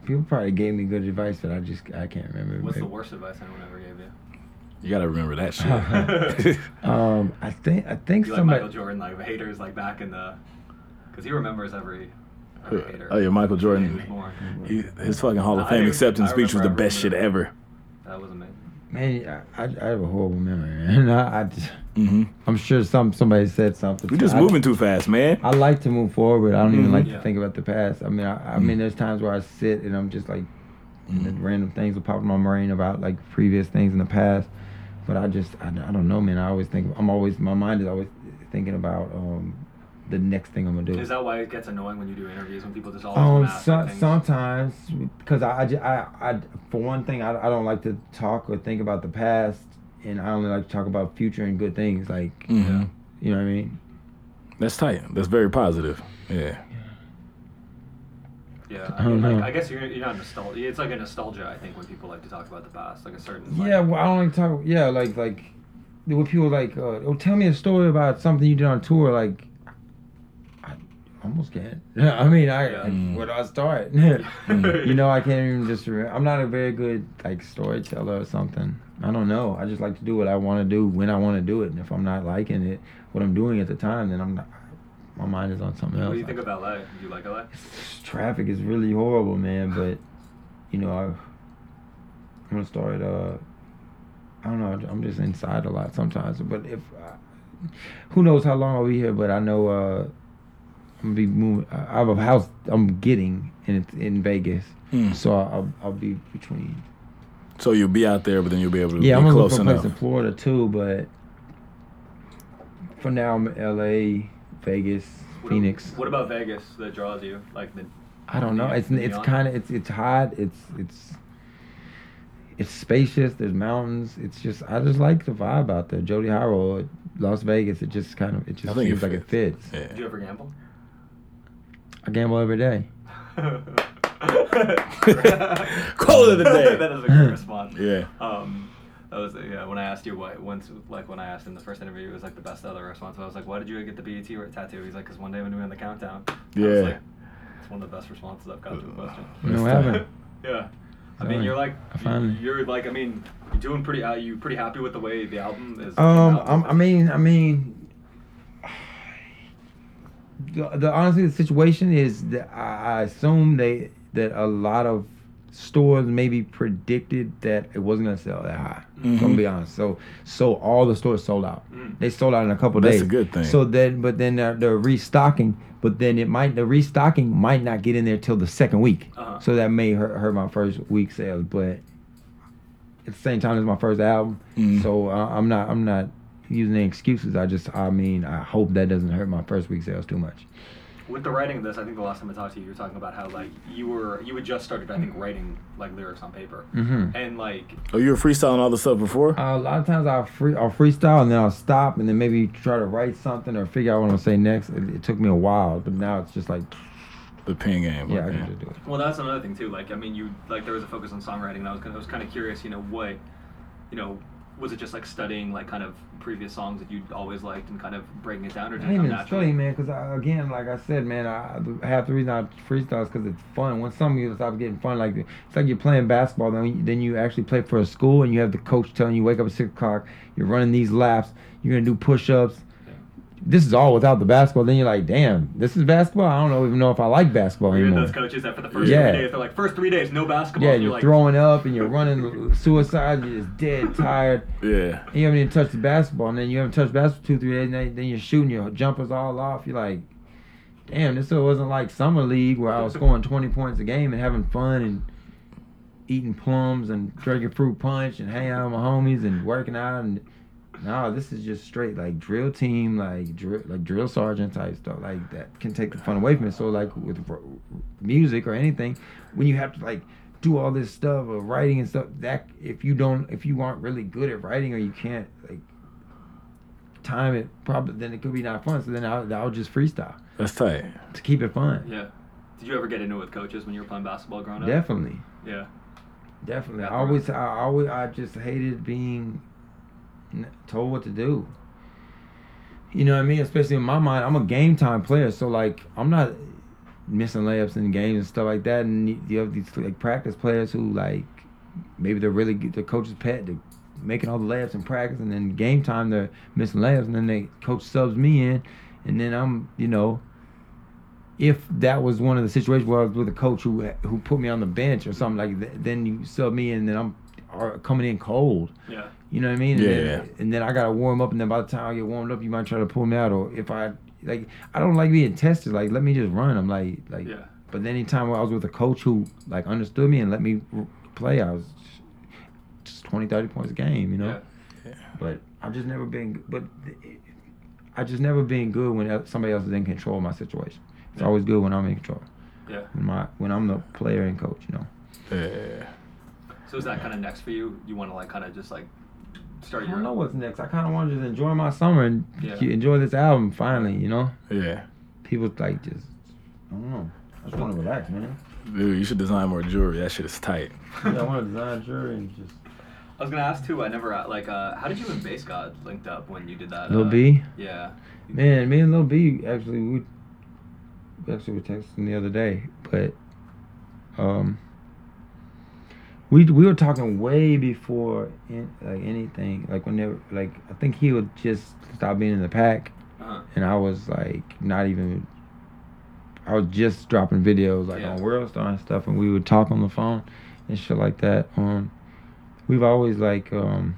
E: People probably gave me good advice, but I just I can't remember.
G: what's the worst advice anyone ever gave you?
D: You gotta remember that shit.
E: Um, I think I think
G: You like
E: somebody.
G: Michael Jordan, like the haters, like back in the, because he remembers every, every hater.
D: oh yeah, Michael
G: when he was
D: Jordan.
G: born.
D: He, his fucking Hall of
G: I
D: Fame
G: do-
D: acceptance
G: I
D: speech was the
G: remember, I
D: best shit
G: remember.
D: ever.
G: That was amazing.
E: man, I, I, I have a horrible memory, man. I, I just,
D: Mm-hmm.
E: I'm sure some somebody said something.
D: We're just
E: I-
D: moving too fast, man.
E: I like to move forward. I don't even like
G: Yeah.
E: to think about the past. I mean, I, I mean,
G: Mm.
E: there's times where I sit and I'm just like, and then random things will pop in my brain about like previous things in the past. But I just, I, I don't know, man. I always think I'm always my mind is always thinking about um the next thing I'm gonna do.
G: Is that why it gets annoying when you do interviews when people just always
E: Um,
G: ask
E: so,
G: things?
E: sometimes because I, I, ju- I, I- for one thing, I, I don't like to talk or think about the past, and I only like to talk about future and good things. Like,
D: Mhm.
E: you know what I mean?
D: That's tight. That's very positive. Yeah.
G: Yeah,
E: I
G: I, mean,
E: don't
G: like,
E: know.
G: I guess you're, you're not nostalgia. It's like a nostalgia, I think, when people like to talk about the past, like a certain.
E: Yeah,
G: Like,
E: well, I don't like to talk. Yeah, like like when people like, uh, oh, tell me a story about something you did on tour. Like, I almost can't. I mean, I,
G: Yeah. Mm.
E: I where do I start? hmm, you know, I can't even just. Remember. I'm not a very good like storyteller or something. I don't know. I just like to do what I want to do when I want to do it, and if I'm not liking it, what I'm doing at the time, then I'm not. My mind is on something else.
G: what do you think of LA? Do you like LA?
E: Traffic is really horrible, man. But you know, I, I'm gonna start. Uh, I don't know. I'm just inside a lot sometimes. But if I, who knows how long I'll be here? But I know uh, I'm gonna be moving. uh, I I have a house I'm getting, and it's in Vegas.
D: Mm.
E: So I'll, I'll be between.
D: So you'll be out there, but then you'll be able to
E: Yeah, I'm
D: be
E: gonna look
D: close
E: for a
D: enough.
E: place in Florida too. But for now, I'm L.A., Vegas,
G: What-
E: Phoenix.
G: What about Vegas that draws you? Like the.
E: I don't know.
G: Yeah,
E: It's
G: and
E: it's
G: beyond.
E: kind of it's it's hot. It's it's it's spacious. There's mountains. It's just I just like the vibe out there. Jody Hyrule, Las Vegas. It just kind of it just
D: I think it
E: seems like it fits.
G: Do
D: Yeah.
G: you ever gamble?
E: I gamble every day.
D: Call it a day.
G: that is a
E: Hmm.
G: good response.
D: Yeah.
G: Um, that was yeah. When I asked you why, once like when I asked in the first interview, it was like the best other response. I was like, "Why did you get the
C: E
G: BET r- tattoo?" He's like, "Cause one day I'm gonna be on the countdown." I was
D: Yeah.
E: Uh,
G: like, it's one of the best responses I've got to a question.
E: No
D: That's
E: haven't.
G: Yeah.
C: I mean, you're like,
E: I finally.
C: you're like, I mean, you're doing pretty. Uh, you pretty happy with the way the album is? came
E: Um,
C: out?
E: I'm, I mean, I mean, the, the honestly, the situation is that I, I assume they that a lot of stores maybe predicted that it wasn't gonna sell that high. I'm
D: Mm-hmm.
E: gonna be honest. So, so all the stores sold out.
C: Mm.
E: They sold out in a couple
D: That's
E: days.
D: a good thing.
E: So then, but then they're, they're restocking. But then it might the restocking might not get in there till the second week.
C: Uh-huh.
E: So that may hurt, hurt my first week sales, but at the same time it's my first album,
D: Mm.
E: so I, I'm not I'm not using any excuses. I just I mean I hope that doesn't hurt my first week sales too much.
C: with the writing of this, I think the last time I talked to you, you were talking about how like you were you had just started, I think, writing like lyrics on paper,
E: Mhm.
C: and like
D: Oh, you were freestyling all this stuff before?
E: Uh, a lot of times I'll free I'll freestyle and then I'll stop and then maybe try to write something or figure out what I'm gonna say next. It, it took me a while, but now it's just like
D: the pen game.
E: yeah I
D: okay.
E: can just do it.
C: Well, that's another thing too. Like, I mean, you like there was a focus on songwriting, and I was kind of, I was kind of curious, you know, what, you know, was it just like studying like kind of previous songs that you'd always liked and kind of breaking it down, or did
E: I
C: it
E: ain't
C: come
E: even
C: naturally?
E: study, man, because again, like I said, man, I, the- half the reason I freestyle is because it's fun. Once some of you stop getting fun, like it's like you're playing basketball, then you, then you actually play for a school, and you have the coach telling you wake up at six o'clock, you're running these laps, you're gonna do push-ups. This is all without the basketball. Then you're like, damn, this is basketball. I don't know, even know if I like basketball
C: Or you had
E: anymore.
C: those coaches that for the first
E: Yeah.
C: three days, they're like, first three days, no basketball.
E: Yeah,
C: and
E: you're
C: like,
E: throwing up and you're running suicide. You're just dead tired.
D: Yeah.
E: And you haven't even touched the basketball, and then you haven't touched basketball two, three days, and then- then you're shooting your jumpers all off. You're like, damn, this wasn't like summer league where I was scoring 20 points a game and having fun and eating plums and drinking fruit punch and hanging out with my homies and working out and. No, this is just straight like drill team, like drill, like drill sergeant type stuff, like that can take the fun away from it. So like with r- music or anything, when you have to like do all this stuff of writing and stuff, that if you don't, if you aren't really good at writing or you can't like time it probably, then it could be not fun. So then I'll, I'll just freestyle
D: That's tight.
E: to keep it fun.
C: Yeah. Did you ever get into it with coaches when you were playing basketball growing up?
E: Definitely.
C: Yeah.
E: Definitely.
C: Yeah,
E: I always, I always, I just hated being n- told what to do. You know what I mean? Especially in my mind, I'm a game time player, so like I'm not missing layups in games and stuff like that. And you- you have these like practice players who like maybe they're really good, their coach's pet, they're making all the layups in practice, and then game time they're missing layups, and then they coach subs me in, and then I'm you know if that was one of the situations where I was with a coach who who put me on the bench or something like that, then you sub me and then I'm are coming in cold.
C: Yeah.
E: You know what I mean? And
D: Yeah.
E: Then, and then I gotta warm up, and then by the time I get warmed up, you might try to pull me out. Or if I like, I don't like being tested. Like, let me just run. I'm like, like.
C: Yeah.
E: But then anytime where I was with a coach who like understood me and let me r- play, I was just 20, 30 points a game. You know.
C: Yeah.
E: But I've just never been. But I just never been good when el- somebody else is in control of my situation. It's
C: Yeah.
E: always good when I'm in control.
C: Yeah.
E: When my when I'm the player and coach, you know.
D: Yeah.
C: So is that kind of next for you? You want to like kind of just like start
E: I
C: your
E: don't know what's next. I kind of want to just enjoy my summer and
C: Yeah.
E: enjoy this album finally. You know,
D: Yeah.
E: people like just I don't know. I just want to relax, man.
D: Dude, you should design more jewelry. That shit is tight.
E: Yeah, I want to design jewelry and just
C: I was gonna ask too. I never uh, like uh, how did you and Bass God linked up when you did that?
E: Lil
C: uh,
E: B?
C: Yeah.
E: man. Me and Lil B actually we we actually were texting the other day, but um. We, we were talking way before in, like anything like whenever like I think he would just stop being in the pack
C: Uh-huh.
E: and I was like not even I was just dropping videos like
C: Yeah.
E: on World Star and stuff and we would talk on the phone and shit like that. Um we've always like um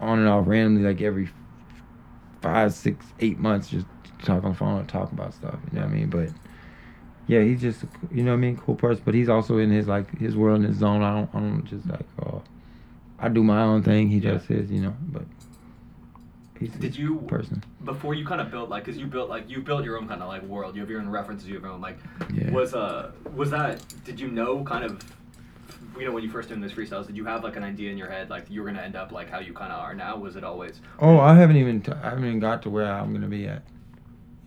E: on and off randomly like every five, six, eight months just talk on the phone and talk about stuff. You know what I mean? But yeah, he's just a c- you know what I mean, cool person. But he's also in his like his world and his zone. I don't I don't just like uh I do my own thing, he
C: Yeah.
E: does his, you know, but he's
C: Did
E: a
C: you-
E: person.
C: Before you kind of built like, cause you built like you built your own kind of like world. You have your own references. You have your own like.
E: Yeah.
C: Was uh was that? Did you know kind of? You know when you first doing those freestyles, did you have like an idea in your head like you were gonna end up like how you kind of are now? Was it always?
E: Oh, I haven't even t- I haven't even got to where I'm gonna be at.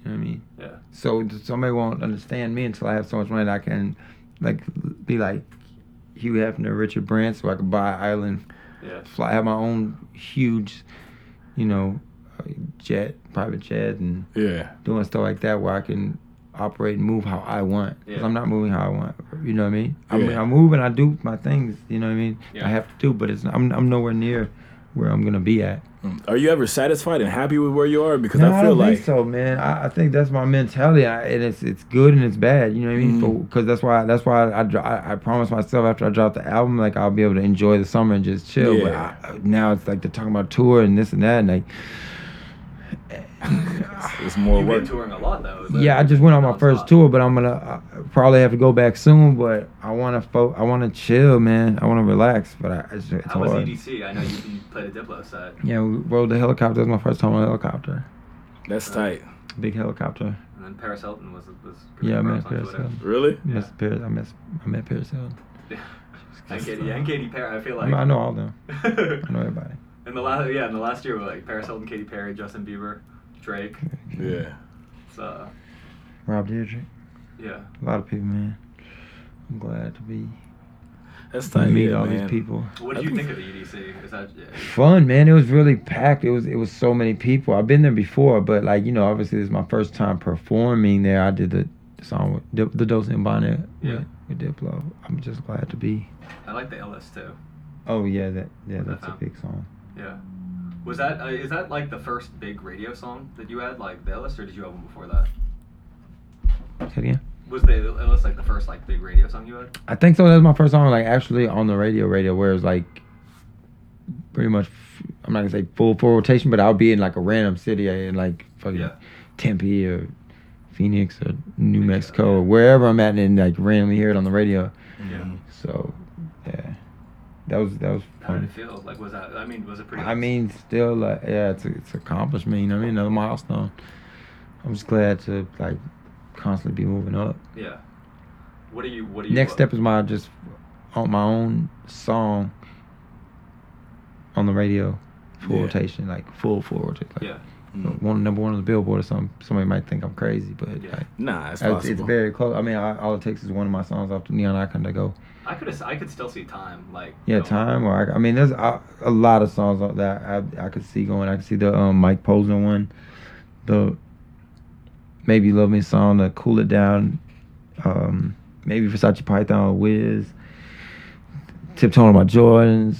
E: You know what I mean?
C: Yeah.
E: So th- somebody won't understand me until I have so much money that I can, like, l- be like Hugh Hefner, Richard Branson, so I could buy an island,
C: Yeah.
E: fly, have my own huge, you know, uh, jet, private jet, and
D: Yeah.
E: doing stuff like that where I can operate and move how I want. 'Cause
C: Yeah.
E: I'm not moving how I want. You know what I mean? I'm,
D: Yeah.
E: I move and I do my things. You know what I mean?
C: Yeah.
E: I have to do, but it's I'm I'm nowhere near where I'm gonna be at.
D: Mm. Are you ever satisfied and happy with where you are? Because
E: No,
D: I
E: I
D: feel
E: don't
D: like
E: think so, man. I, I think that's my mentality, I, and it's it's good and it's bad. You know what I mean?
D: Mm.
E: Because that's why that's why I, dro- I I promised myself after I dropped the album, like I'll be able to enjoy the summer and just chill. But
D: Yeah.
E: I, I- now it's like they're talking about tour and this and that, and like
D: it's more
C: You've
D: work.
C: been touring a lot though.
E: yeah, I just went on my first tour, but I'm gonna uh, probably have to go back soon. But I wanna fo- I wanna chill, man. I wanna relax, but I, it's, it's
C: How was
E: hard.
D: E
C: EDC? I know you, you played a Diplo set.
E: Yeah, we rode the helicopter. That was my first time on a helicopter,
D: That's tight.
E: big helicopter.
C: And then Paris Hilton was was.
E: Yeah, I met
C: on
E: Paris
C: Twitter.
E: Hilton.
D: Really?
C: Yeah.
E: Miss Paris, I miss I met Paris Hilton.
C: And Katy, yeah, and Katy Perry. I feel
E: I,
C: like
E: mean, I know all them. I know everybody.
C: in the last yeah, in the last year we like Paris Hilton, Katy Perry, Justin Bieber, Drake.
D: Yeah.
C: So
E: Rob Deirdre.
C: yeah,
E: A lot of people, man. I'm glad to be
D: That's
E: to
D: tight.
E: meet
D: yeah,
E: all
D: man.
E: these people.
C: what do you think of the EDC? Is that yeah,
E: Fun, man. It was really packed. It was it was so many people. I've been there before, but like you know, obviously this is my first time performing there. I did the song with Dip, the Dos Mbana
C: Yeah.
E: with, with Diplo. I'm just glad to be.
C: I like the illest too.
E: Oh yeah, that yeah, that's a
C: Uh-huh.
E: big song.
C: Yeah. Was that uh, is that like the first big radio song that you had, like the Illest, or did you have one before that?
E: Say it again.
C: Was the Illest like the first like big radio song you had?
E: I think so. That was my first song, like actually on the radio, radio, where it was like pretty much. f- I'm not gonna say full full rotation, but I'll be in like a random city uh, in like fucking
C: Yeah.
E: Tempe or Phoenix or New
C: Yeah,
E: Mexico
C: yeah.
E: or wherever I'm at, and like randomly hear it on the radio.
C: Yeah.
E: So yeah, that was that was
C: How did
E: fun.
C: it feel? Like was that? I mean, was it pretty?
E: I mean, still like yeah, it's a, it's accomplishment. You know what I mean? Another milestone. I'm just glad to like constantly be moving up.
C: Yeah. What do you? What do you?
E: Next step is my just on my own song on the radio, full
D: Yeah.
E: rotation, like full full rotation. Like
C: Yeah.
E: One number one on the Billboard or something. Somebody might think I'm crazy, but
C: Yeah.
E: like,
D: Nah, it's
E: it's,
D: possible.
E: it's very close. I mean, I, all it takes is one of my songs off the Neon Icon to go.
C: I could. I could still see time. Like.
E: Yeah,
C: going.
E: time or I, I mean, there's a, a lot of songs out that I I could see going. I could see the um, Mike Posner one, the Maybe Love Me song, the Cool It Down, um, maybe Versace Python or Wiz, Tiptoeing on My Jordans.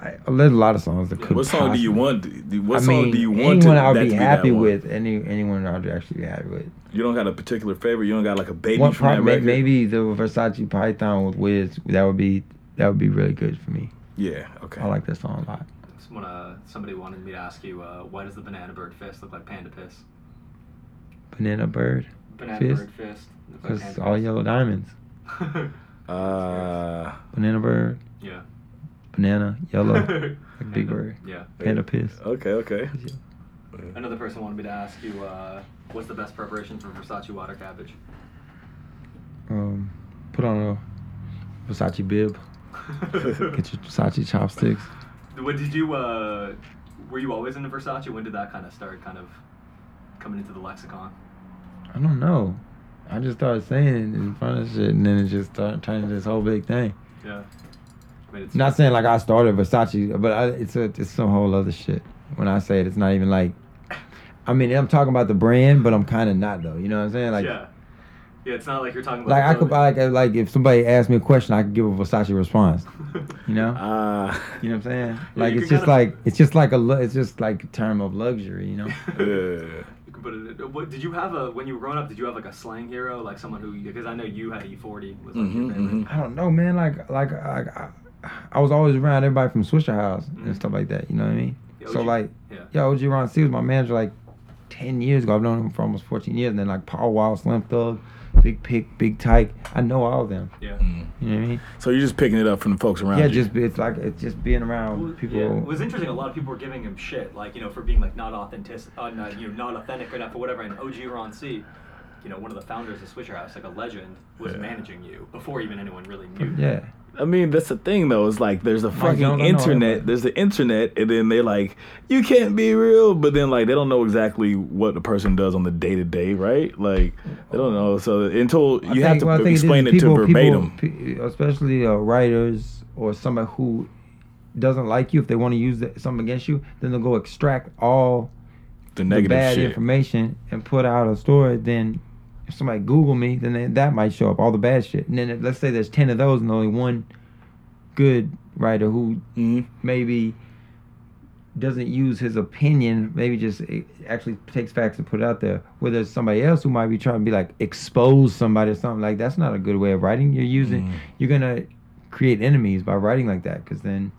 E: I, there's a lot of songs that could.
D: What song do you
E: possibly-
D: want? do- What
E: I
D: song
E: mean,
D: do you want to,
E: anyone I'll
D: that
E: be
D: to that
E: happy
D: one?
E: with. Any anyone I'd actually be happy with.
D: You don't got a particular favorite. You don't got like a baby
E: One
D: from
E: prob-
D: that
E: may-
D: record.
E: maybe the Versace Python with Wiz. That would be that would be really good for me.
D: Yeah. Okay.
E: I like that song a lot.
C: Just wanna- uh, somebody wanted me to ask you, uh, why does the banana bird fist look like panda piss?
E: Banana Bird.
C: Banana
E: Fist?
C: bird fist. looks like
E: Because
C: panda
E: it's all yellow diamonds.
C: piss.
D: Uh,
E: Banana bird,
C: yeah.
E: banana, yellow, like
C: Panda,
E: big bird,
C: Yeah.
E: panda piss.
D: okay. Okay.
C: Another person wanted me to ask you, uh, what's the best preparation for Versace water cabbage?
E: Um, put on a Versace bib, get your Versace chopsticks.
C: what did you? Uh, were you always into Versace? When did that kind of start, kind of coming into the lexicon?
E: I don't know. I just started saying it in front of shit, and then it just started turning this whole big thing.
C: Yeah. I mean, it's
E: Not saying like I started Versace, but I, it's a it's some whole other shit. When I say it, it's not even like. I mean, I'm talking about the brand, but I'm kind of not though. You know what I'm saying? Like,
C: yeah. Yeah, it's not like you're talking about.
E: like I
C: the
E: could like like if somebody asked me a question, I could give a Versace response.
C: building.
E: You know?
D: Uh,
E: You know what I'm saying? Like
C: you
E: it's
C: can
E: just
C: kinda-
E: like it's just like a lu- it's just like a term of luxury, you know.
D: yeah.
C: You can put it. in- What did you have a when you were growing up? Did you have like a slang hero, like someone who? Because I know you had E40 was like your
D: Mhm,
C: favorite.
D: mhm.
E: I don't know, man. Like like I, I, I was always around everybody from Swisher House
C: Mhm.
E: and stuff like that. You know what I mean?
C: Yeah,
E: so
C: OG
E: like,
C: yeah.
E: yeah, OG Ron C was my manager like ten years ago. I've known him for almost fourteen years. And then like Paul Wild, Slim Thug, Big Pick, Big Tyke. I know all of them.
C: Yeah.
E: You know what I mean?
D: So you're just picking it up from the folks around
E: yeah,
D: you.
E: just it's like it's just being
C: Well,
E: around people.
C: yeah. It was interesting. A lot of people were giving him shit, like you know, for being like not authentic, uh, not, you know, not authentic enough or whatever. And OG Ron C, you know, one of the founders of Swisher House, like a legend, was managing you before even anyone really knew.
E: yeah.
D: I mean, that's the thing though. It's like there's a fucking
E: no, no, no,
D: internet.
E: everybody.
D: there's the internet, and then they like you can't be real, but then like they don't know exactly what the person does on the day to day, right? Like they don't know. So until
E: I
D: you have
E: think-
D: to
E: well, I think is
D: explain it
E: people-
D: to
E: people-
D: verbatim.
E: pe- especially uh, writers or somebody who doesn't like you, if they want to use that, something against you, then they'll go extract all
D: the negative
E: bad
D: shit.
E: information and put out a story, then if somebody Google me, then they, that might show up all the bad shit. And then if, let's say there's ten of those and only one good writer who
D: Mhm.
E: maybe doesn't use his opinion, maybe just eh, actually takes facts and put it out there. Where there's somebody else who might be trying to be like expose somebody or something like that's not a good way of writing. You're using
D: Mhm.
E: you're gonna create enemies by writing like that because then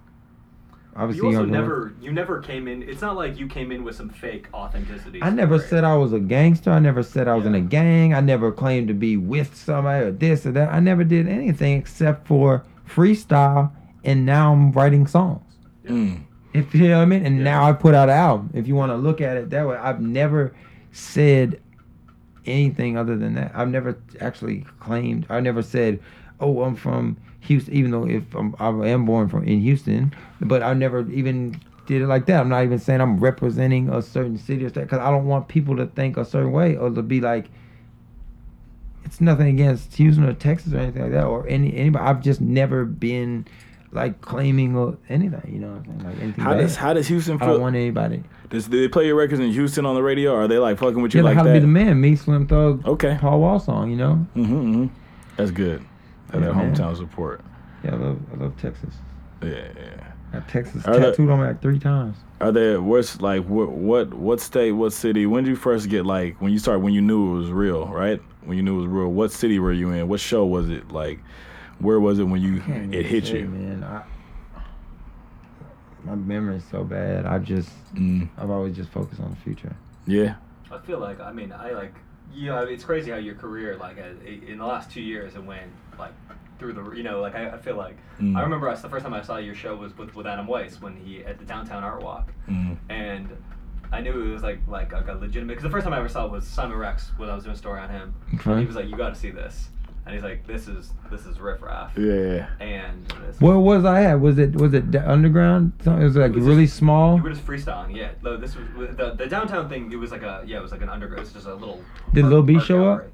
C: You
E: obviously
C: also
E: are
C: never, you never came in. It's not like you came in with some fake authenticity.
E: I never
C: story.
E: said I was a gangster. I never said I was in a
C: Yeah.
E: gang. I never claimed to be with somebody or this or that. I never did anything except for freestyle, and now I'm writing songs.
D: Mm.
E: If you know what I mean. And now I put out an album. If you want to look at it that way, I've never said anything other than that. I've never actually claimed. I never said, "Oh, I'm from Houston," even though if I'm, I am born from in Houston, but I never even did it like that. I'm not even saying I'm representing a certain city or state because I don't want people to think a certain way or to be like. It's nothing against Houston or Texas or anything like that or any anybody. I've just never been like claiming or anything. You know what I'm saying? Like anything.
D: How
E: bad.
D: does how does Houston
E: I don't
D: feel?
E: want anybody.
D: Does, do they play your records in Houston on the radio? Or are they like fucking with you
E: Yeah, like
D: like
E: how to
D: that?
E: be the man. Me, Slim Thug,
D: Okay.
E: Paul Wall song. You know.
D: hmm That's good. That's
E: Yeah,
D: that
E: man.
D: hometown support.
E: Yeah, I love I love Texas.
D: Yeah, yeah.
E: Got Texas
D: Are there-
E: tattooed on me like three times.
D: Are there what's like what what what state what city? When did you first get like when you started when you knew it was real, right? When you knew it was real, what city were you in? What show was it like? Where was it when you
E: Can't
D: it
E: even
D: hit
E: say,
D: you?
E: man. I, my memory's so bad. I just
D: Mm,
E: I've always just focused on the future.
D: yeah.
C: I feel like I mean I like you know I mean, it's crazy how your career like uh, i- in the last two years it went like through the you know like I, I feel like
D: Mm.
C: I remember us the first time I saw your show was with, with Adam Weiss when he at the Downtown Art Walk
D: Mm.
C: and I knew it was like like, like a legitimate because the first time I ever saw it was Simon Rex when I was doing a story on him and
E: Okay.
C: he was like you got to see this and he's like this is this is riff raff
D: Yeah.
C: and this
E: Where was I at? Was it was it the underground? Something- It was like
C: It was
E: really
C: just-
E: small.
C: you were just freestyling, yeah. No, this was the, the downtown thing. It was like a yeah, it was like an underground. It was just a little.
E: Did
C: art-
E: Lil B
C: art
E: show up?
C: gallery.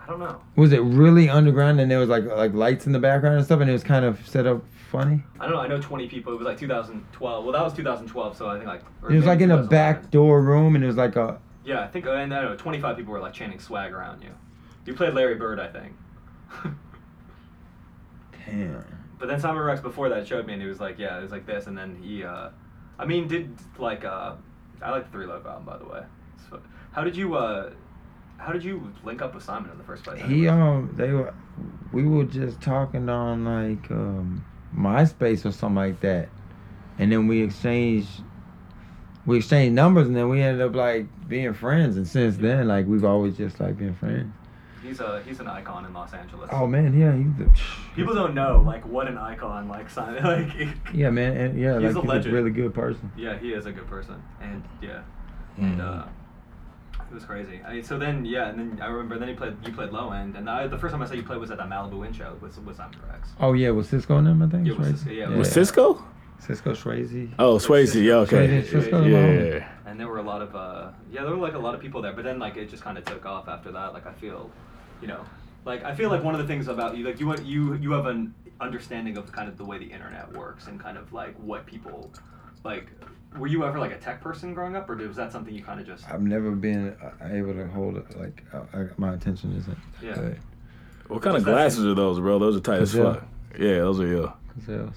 C: I don't know.
E: Was it really underground and there was like like lights in the background and stuff and it was kind of set up funny?
C: I don't know. I know 20 people. It was like 2012. Well, that was 2012, so I think like. or
E: It was
C: maybe
E: like in a
C: 2011.
E: back door room and it was like a
C: Yeah, I think, and I don't know, 25 people were like chanting swag around you. You played Larry Bird, I think.
E: damn.
C: but then Simon Rex before that showed me, and he was like, yeah, it was like this, and then he, uh, I mean, did like, uh, I like the Three Love album, by the way. So, how did you, uh, how did you link up with Simon in the first place?
E: He um they were we were just talking on like um MySpace or something like that. And then we exchanged we exchanged numbers and then we ended up like being friends and since then like we've always just like been friends.
C: He's a he's an icon in Los Angeles.
E: Oh man, yeah, he's the,
C: People don't know like what an icon like Simon like.
E: Yeah, man, and yeah,
C: He's
E: like
C: a
E: he's
C: legend.
E: a really good person.
C: Yeah, he is a good person, and yeah,
E: Hmm.
C: and uh, it was crazy. I mean, so then yeah, and then I remember then he played you played low end, and I, the first time I saw you play was at that Malibu Wind show with with Simon Rex.
E: Oh yeah, was Cisco and them, I think?
C: Yeah, with
E: Swayze?
C: Cisco, yeah,
E: yeah.
D: Was Cisco?
E: Cisco Swayze.
D: Oh, Swayze. Yeah, okay.
E: Swayze, Cisco,
D: yeah.
E: Malone.
C: And there were a lot of uh, yeah, there were like a lot of people there, but then like it just kind of took off after that. Like I feel, you know, like I feel like one of the things about you, like you you you have an understanding of kind of the way the internet works and kind of like what people like. Were you ever like a tech person growing up, or was that something you kind of just
E: I've never been uh, able to hold it like I, I, my attention isn't.
C: Yeah.
E: good.
D: What kind of
C: What's that
D: glasses are those, bro? Those are tight as
E: Gazelle.
D: fuck. Yeah, those are yo.
E: 'Cause else.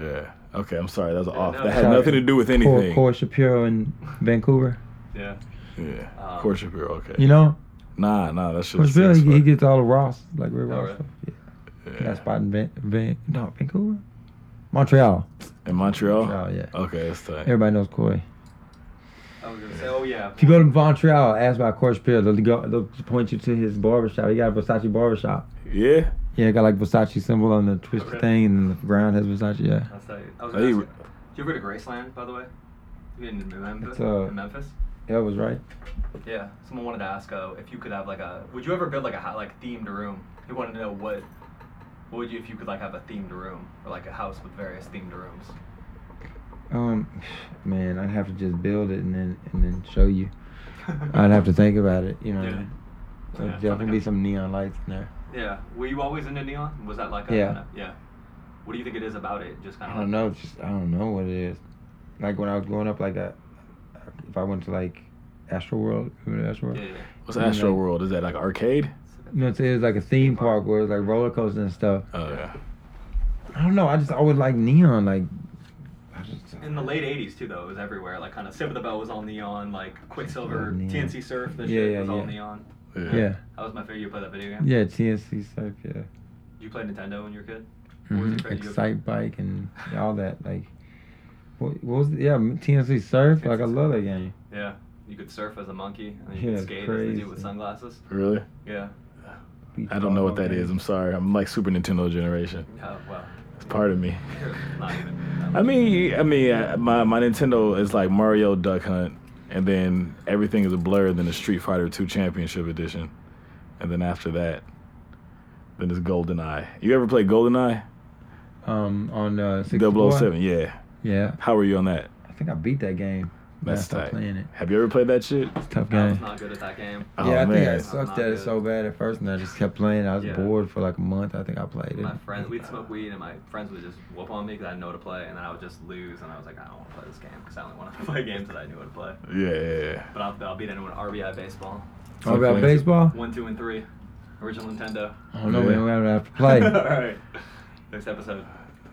D: Yeah. Okay, I'm sorry. That was off.
C: no,
D: that had
E: sorry.
D: nothing to do with anything.
E: Cor, Cor Shapiro in Vancouver.
C: yeah?
D: Yeah.
C: Um,
D: Of course, Shapiro. Okay.
E: You know,
D: Nah, nah. That shit
E: Cor
D: is
E: Shapiro,
D: fake
E: he,
D: as
E: he
D: fuck.
E: gets all the Ross, like Ray Ross.
C: really?
E: stuff. Yeah.
D: Yeah.
E: That spot in Van, Van, no, Vancouver? Montreal.
D: In Montreal?
E: Montreal, Oh, yeah.
D: Okay, that's tight.
E: Everybody knows Corey.
C: I was gonna say, oh yeah.
E: If you go to Montreal, ask about Corey Shapiro. They'll, go, they'll point you to his barbershop. He got a Versace barbershop.
D: Yeah?
E: Yeah, it got like Versace symbol on the twisted
C: Okay.
E: thing, and the ground has Versace. Yeah.
C: That's how you- I was gonna ask
D: Hey, you-
C: you, did you ever go to Graceland, by the way? You in Memphis?
E: It's, uh,
C: in Memphis?
E: Yeah, it was right.
C: Yeah. Someone wanted to ask uh, if you could have like a. Would you ever build like a ho- like themed room? He wanted to know what. What would you if you could like have a themed room or like a house with various themed rooms?
E: Um, man, I'd have to just build it and then and then show you. I'd have to think about it. You know,
C: Yeah.
E: there'd
C: Yeah,
E: definitely
C: something
E: be
C: up.
E: some neon lights in there.
C: Yeah. Were you always into neon? Was that like a?
E: Yeah.
C: yeah. What do you think it is about it? Just kind
E: I
C: of.
E: don't know. Just I don't know what it is. Like when I was growing up, like I, if I went to like Astro World, remember Astro World?
C: Yeah, yeah.
D: What's Astro World? Is that like arcade?
E: You know, what I'm saying? it was like a theme park where it was like roller coasters and stuff.
D: Oh yeah.
E: I don't know. I just always like neon. Like, I just,
C: In the late '80s too, though, it was everywhere. Like kind of Sib the Bell was all neon, like Quicksilver,
E: Neon.
C: TNC Surf, the
E: Yeah,
C: shit
E: yeah,
C: was all
E: yeah.
C: neon.
D: Yeah.
E: yeah,
C: That was my favorite. You play that video game?
E: yeah, TNC stuff. Yeah,
C: Did you play Nintendo when you were a kid? What was your
E: Mhm.
C: favorite video
E: Excite Bike and all that. Like, what, what was? Yeah, TNC Surf. Like, I love that game.
C: game? Yeah. You could surf as a monkey and then you
E: Yeah,
C: could skate as the dude with
E: crazy.
C: sunglasses.
D: Really?
C: Yeah.
D: I don't know what that is. I'm sorry. I'm like Super Nintendo generation.
C: Oh well.
D: It's part of me.
C: Not even. Not
D: I mean, I mean, I- my my Nintendo is like Mario Duck Hunt, and then everything is a blur. and Then the Street Fighter Two Championship Edition, and then after that, then it's Golden Eye. You ever play Golden Eye?
E: Um, on uh, 64?
D: 007, Yeah.
E: Yeah,
D: How were you on that?
E: I think I beat that game. but I
D: That's
E: stopped
D: tight.
E: Playing it.
D: Have you ever played that shit?
E: It's a tough
C: I was
E: game.
C: not good at that game.
D: Oh,
E: yeah, I think I
D: man.
E: sucked
C: Not
E: at it
C: good.
E: so bad at first, and I just kept playing. I was
C: Yeah.
E: bored for like a month. I think I played it.
C: My friends, we'd smoke weed, and my friends would just whoop on me because I didn't know how to play, and then I would just lose, and I was like, I don't want to play this game because I only want to play games that I knew how to play.
D: Yeah, yeah, yeah.
C: But I'll, I'll beat anyone RBI baseball.
E: Oh, about
D: Okay.
E: baseball?
C: One, two, and three. Original Nintendo.
E: I don't know,
D: Yeah.
E: man. We have to play.
C: All right. Next episode.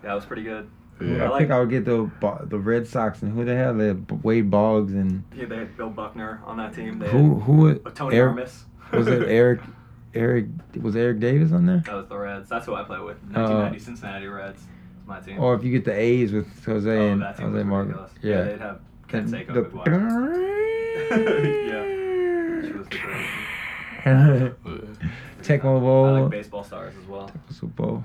C: Yeah, that was pretty good.
D: Yeah.
E: I think I would get the Bo- the Red Sox and who the hell? They had Wade Boggs and
C: Yeah, they had Bill Buckner on that team. They
E: who who was
C: had Tony
E: Eric,
C: Armis.
E: was it Eric Eric was Eric Davis on there?
C: That was the Reds. That's who I played with. 1990 Cincinnati Reds. It's my team.
E: Uh, Or if you get the A's with Jose
C: oh,
E: and
C: that team
E: Jose
C: was
E: Marcos.
C: ridiculous.
E: Yeah.
C: they'd have Ken
E: That-
C: Seiko.
E: the-
C: The... yeah. She was the greatest.
E: Tecmo
C: I
E: Bowl,
C: like baseball stars as well.
E: Super Bowl,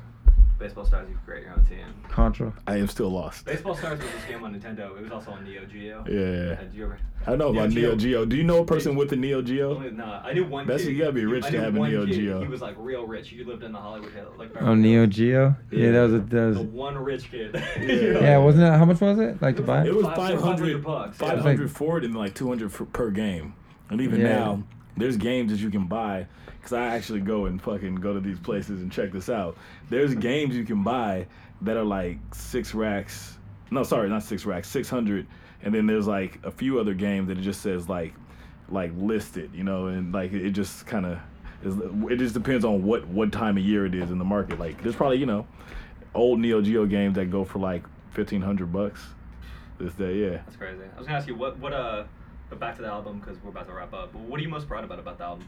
C: Baseball stars, you create your own team.
E: Contra.
D: I am still lost.
C: Baseball stars was this game on Nintendo. It was also on Neo Geo. Uh,
D: Yeah.
C: Did you ever?
D: I know about Neo
C: Neo
D: Geo. Do you know a person with a Neo Geo?
C: Only, nah, I knew one.
D: That's-
C: kid.
D: you gotta be rich
C: I
D: to
C: knew
D: have a
C: one
D: Neo
C: kid,
D: Geo.
C: He was like real rich. He lived in the Hollywood Hill. Like
E: Oh, Neo Geo. Yeah, that was a that
C: The
E: was.
C: one rich kid.
E: Yeah, wasn't that how much was it? Like to
C: was-
E: buy?
D: It was
C: Five-
D: 500,
C: 500 bucks, yeah.
D: 500 for it and like 200 for, per game. And even
E: Yeah.
D: now, there's games that you can buy. Because I actually go and fucking go to these places and check this out. There's games you can buy that are like six racks. No, sorry, not six racks, 600. And then there's like a few other games that it just says like, like listed, you know, and like it just kind of. It just depends on what what time of year it is in the market. Like there's probably you know, old Neo Geo games that go for like fifteen hundred bucks. This day, yeah.
C: That's crazy. I was gonna ask you what what uh, but back to the album because we're about to wrap up. But what are you most proud about about the album?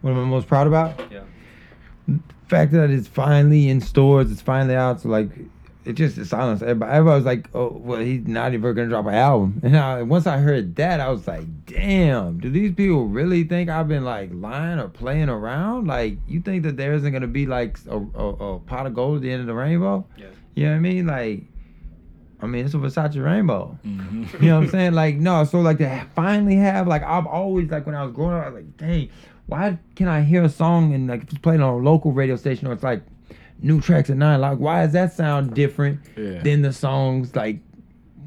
E: What am I most proud about?
C: Yeah.
E: fact that it's finally in stores, it's finally out. So like, it just it's silence. Everybody, everybody was like, "Oh, well, he's not even gonna drop an album." And I, once I heard that, I was like, "Damn, do these people really think I've been like lying or playing around? Like, you think that there isn't gonna be like a, a, a pot of gold at the end of the rainbow?
C: Yeah.
E: You know what I mean? Like, I mean, it's a Versace rainbow." You know what I'm saying? Like, no, so like to ha- finally have like I've always like when I was growing up, I was like, dang, why can I hear a song and like if it's played on a local radio station or it's like new tracks at nine? Like, why does that sound different
D: Yeah.
E: than the songs like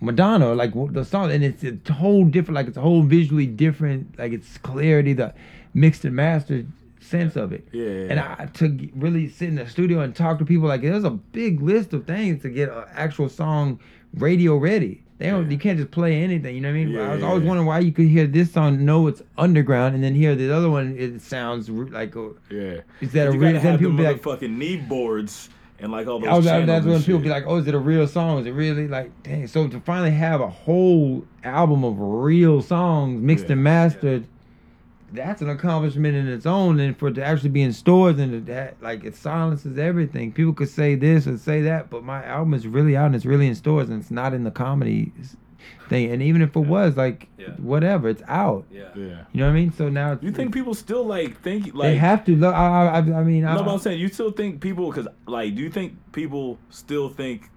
E: Madonna? Like wh- the song, and it's a whole different, like it's a whole visually different, like it's clarity, the mixed and mastered sense of it.
D: Yeah, yeah,
E: And
D: yeah.
E: I to g- really sit in the studio and talk to people, like there's a big list of things to get an actual song radio ready. They don't, you can't just play anything. You know what I mean?
D: Yeah,
E: I was
D: yeah,
E: always
D: yeah.
E: wondering why you could hear this song, know it's underground, and then hear the other one, it sounds r- like uh, a,
D: Yeah.
E: Is that a
D: you
E: real-
D: gotta
E: then
D: have
E: people
D: the
E: be like-
D: motherfucking knee boards and like all those.
E: I was, I-
D: channels
E: that's
D: and
E: when people
D: shit.
E: be like, "Oh, is it a real song? Is it really like dang?" So to finally have a whole album of real songs mixed
D: Yeah.
E: and mastered, that's an accomplishment in its own. And for it to actually be in stores and to that, like it silences everything. People could say this or say that, but my album is really out and it's really in stores and it's not in the comedy s- thing. And even if it was, like
C: Yeah.
E: whatever, it's out.
C: Yeah.
D: Yeah.
E: You know what I mean? So now it's,
D: You think people still like think like
E: they have to? Look, I, I, I I mean, I,
D: No, but I'm saying you still think people because like, do you think people still think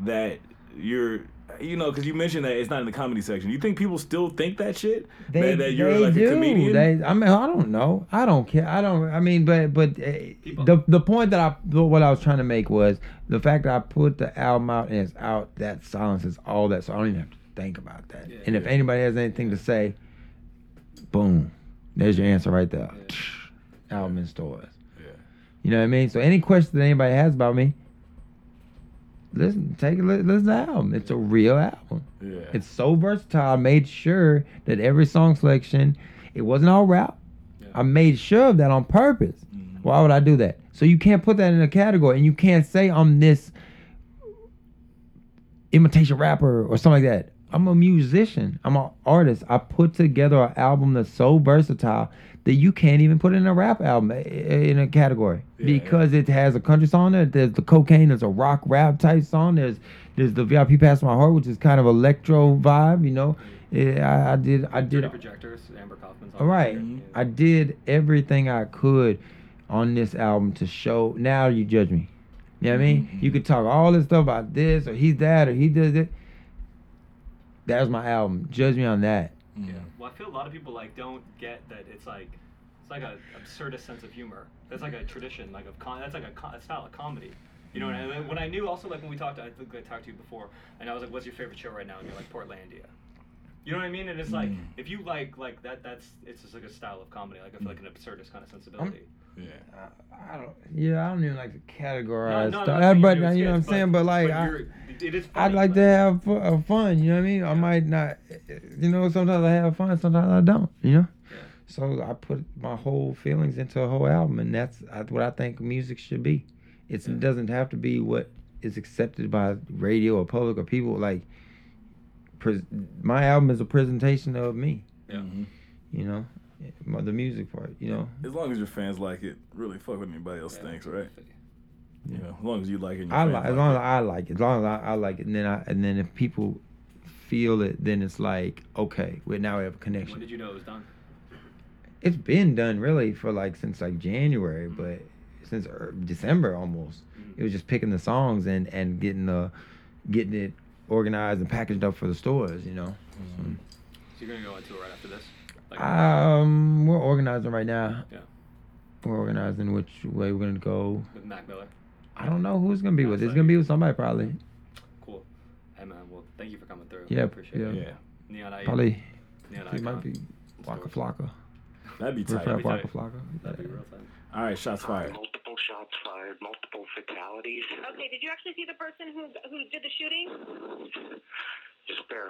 D: that you're you know because you mentioned that it's not in the comedy section. You think people still think that shit
E: They,
D: that, that you're
E: they
D: like
E: do.
D: a comedian?
E: They, I mean, I don't know. I don't care. I don't. I mean, but but uh,
C: People-
E: the the point that I what I was trying to make was the fact that I put the album out and it's out. That silences all that, so I don't even have to think about that.
C: Yeah.
E: and if anybody has anything to say, boom, there's your answer right there. Album in stores.
D: Yeah.
E: You know what I mean? So any question that anybody has about me, listen, take a li- listen to the album. It's a real album.
D: Yeah.
E: It's so versatile. I made sure that every song selection, it wasn't all rap. I made sure of that on purpose. Why would I do that? So you can't put that in a category, and you can't say I'm this imitation rapper or something like that. I'm a musician. I'm an artist. I put together an album that's so versatile that you can't even put in a rap album i- i- in a category
D: Yeah,
E: because it has a country song there. There's the cocaine. There's a rock rap type song. There's there's the VIP Pass My Heart, which is kind of electro vibe. You know, yeah, I, I did I
C: Dirty
E: did
C: projectors. Amber Kaufman's. on
E: all right.
C: there.
E: I did everything I could on this album to show. Now you judge me. You know what I mean? You could talk all this stuff about this or he's that or he does it. That was my album. Judge me on that.
D: Yeah.
C: Well, I feel a lot of people like don't get that it's like it's like a absurdist sense of humor. That's like a tradition, like of con. That's like a con- a style of comedy. You know, what I
E: Mm.
C: mean? when I knew also like when we talked, I think I talked to you before, and I was like, "What's your favorite show right now?" And you're like, "Portlandia." You know what I mean? And it's like
E: Mm.
C: if you like like that, that's it's just like a style of comedy. Like I feel like an absurdist kind of sensibility.
D: Yeah.
E: I don't. Yeah, I don't even like to
C: No,
E: categorize
C: no, I'm
E: stuff.
C: not saying
E: Uh, but
C: do
E: you
C: skits,
E: know what I'm saying. But like, I,
C: you're- it is.
E: I'd
C: funny,
E: like to have fu- uh, fun. You know what I mean? I might not. You know, sometimes I have fun, sometimes I don't. You know. So I put my whole feelings into a whole album, and that's I- what I think music should be. It's, It doesn't have to be what is accepted by radio or public or people. Like, pres- my album is a presentation of me.
C: Yeah.
D: Mm-hmm.
E: You know, my- the music part. You know,
D: As long as your fans like it, really fuck what anybody else thinks, right? You know, as long as you like it. and your
E: I
D: fans
E: like as
D: it.
E: long as I like it, as long as I, I like it, and then I and then if people feel it, then it's like okay, we now we have a
C: When
E: connection.
C: did you know it was done?
E: It's been done really for like since like January,
C: Mm-hmm.
E: but since er, December almost. It was just picking the songs and and getting the getting it organized and packaged up for the stores. You know,
C: So you're gonna go on tour right after this. Like,
E: um, we're organizing right now.
C: Yeah.
E: We're organizing which way we're gonna go.
C: with Mac Miller.
E: I don't know who's gonna be with. It's
C: Outside.
E: gonna be with somebody probably.
C: Cool. Hey man, well thank you for coming through.
E: Yeah,
C: appreciate it.
E: yeah.
D: Yeah,
C: Neon Eye.
E: Probably
C: Neon
E: it
C: Icon.
E: might be Waka Flocka.
D: that'd be
E: Rip
D: tight.
E: Rap
C: be tight.
E: Waka Flocka.
C: That'd be
E: Yeah.
C: real time.
D: All right, shots fired.
A: Multiple shots fired, multiple fatalities.
B: Okay, did you actually see the person who who did the shooting?
A: Just bear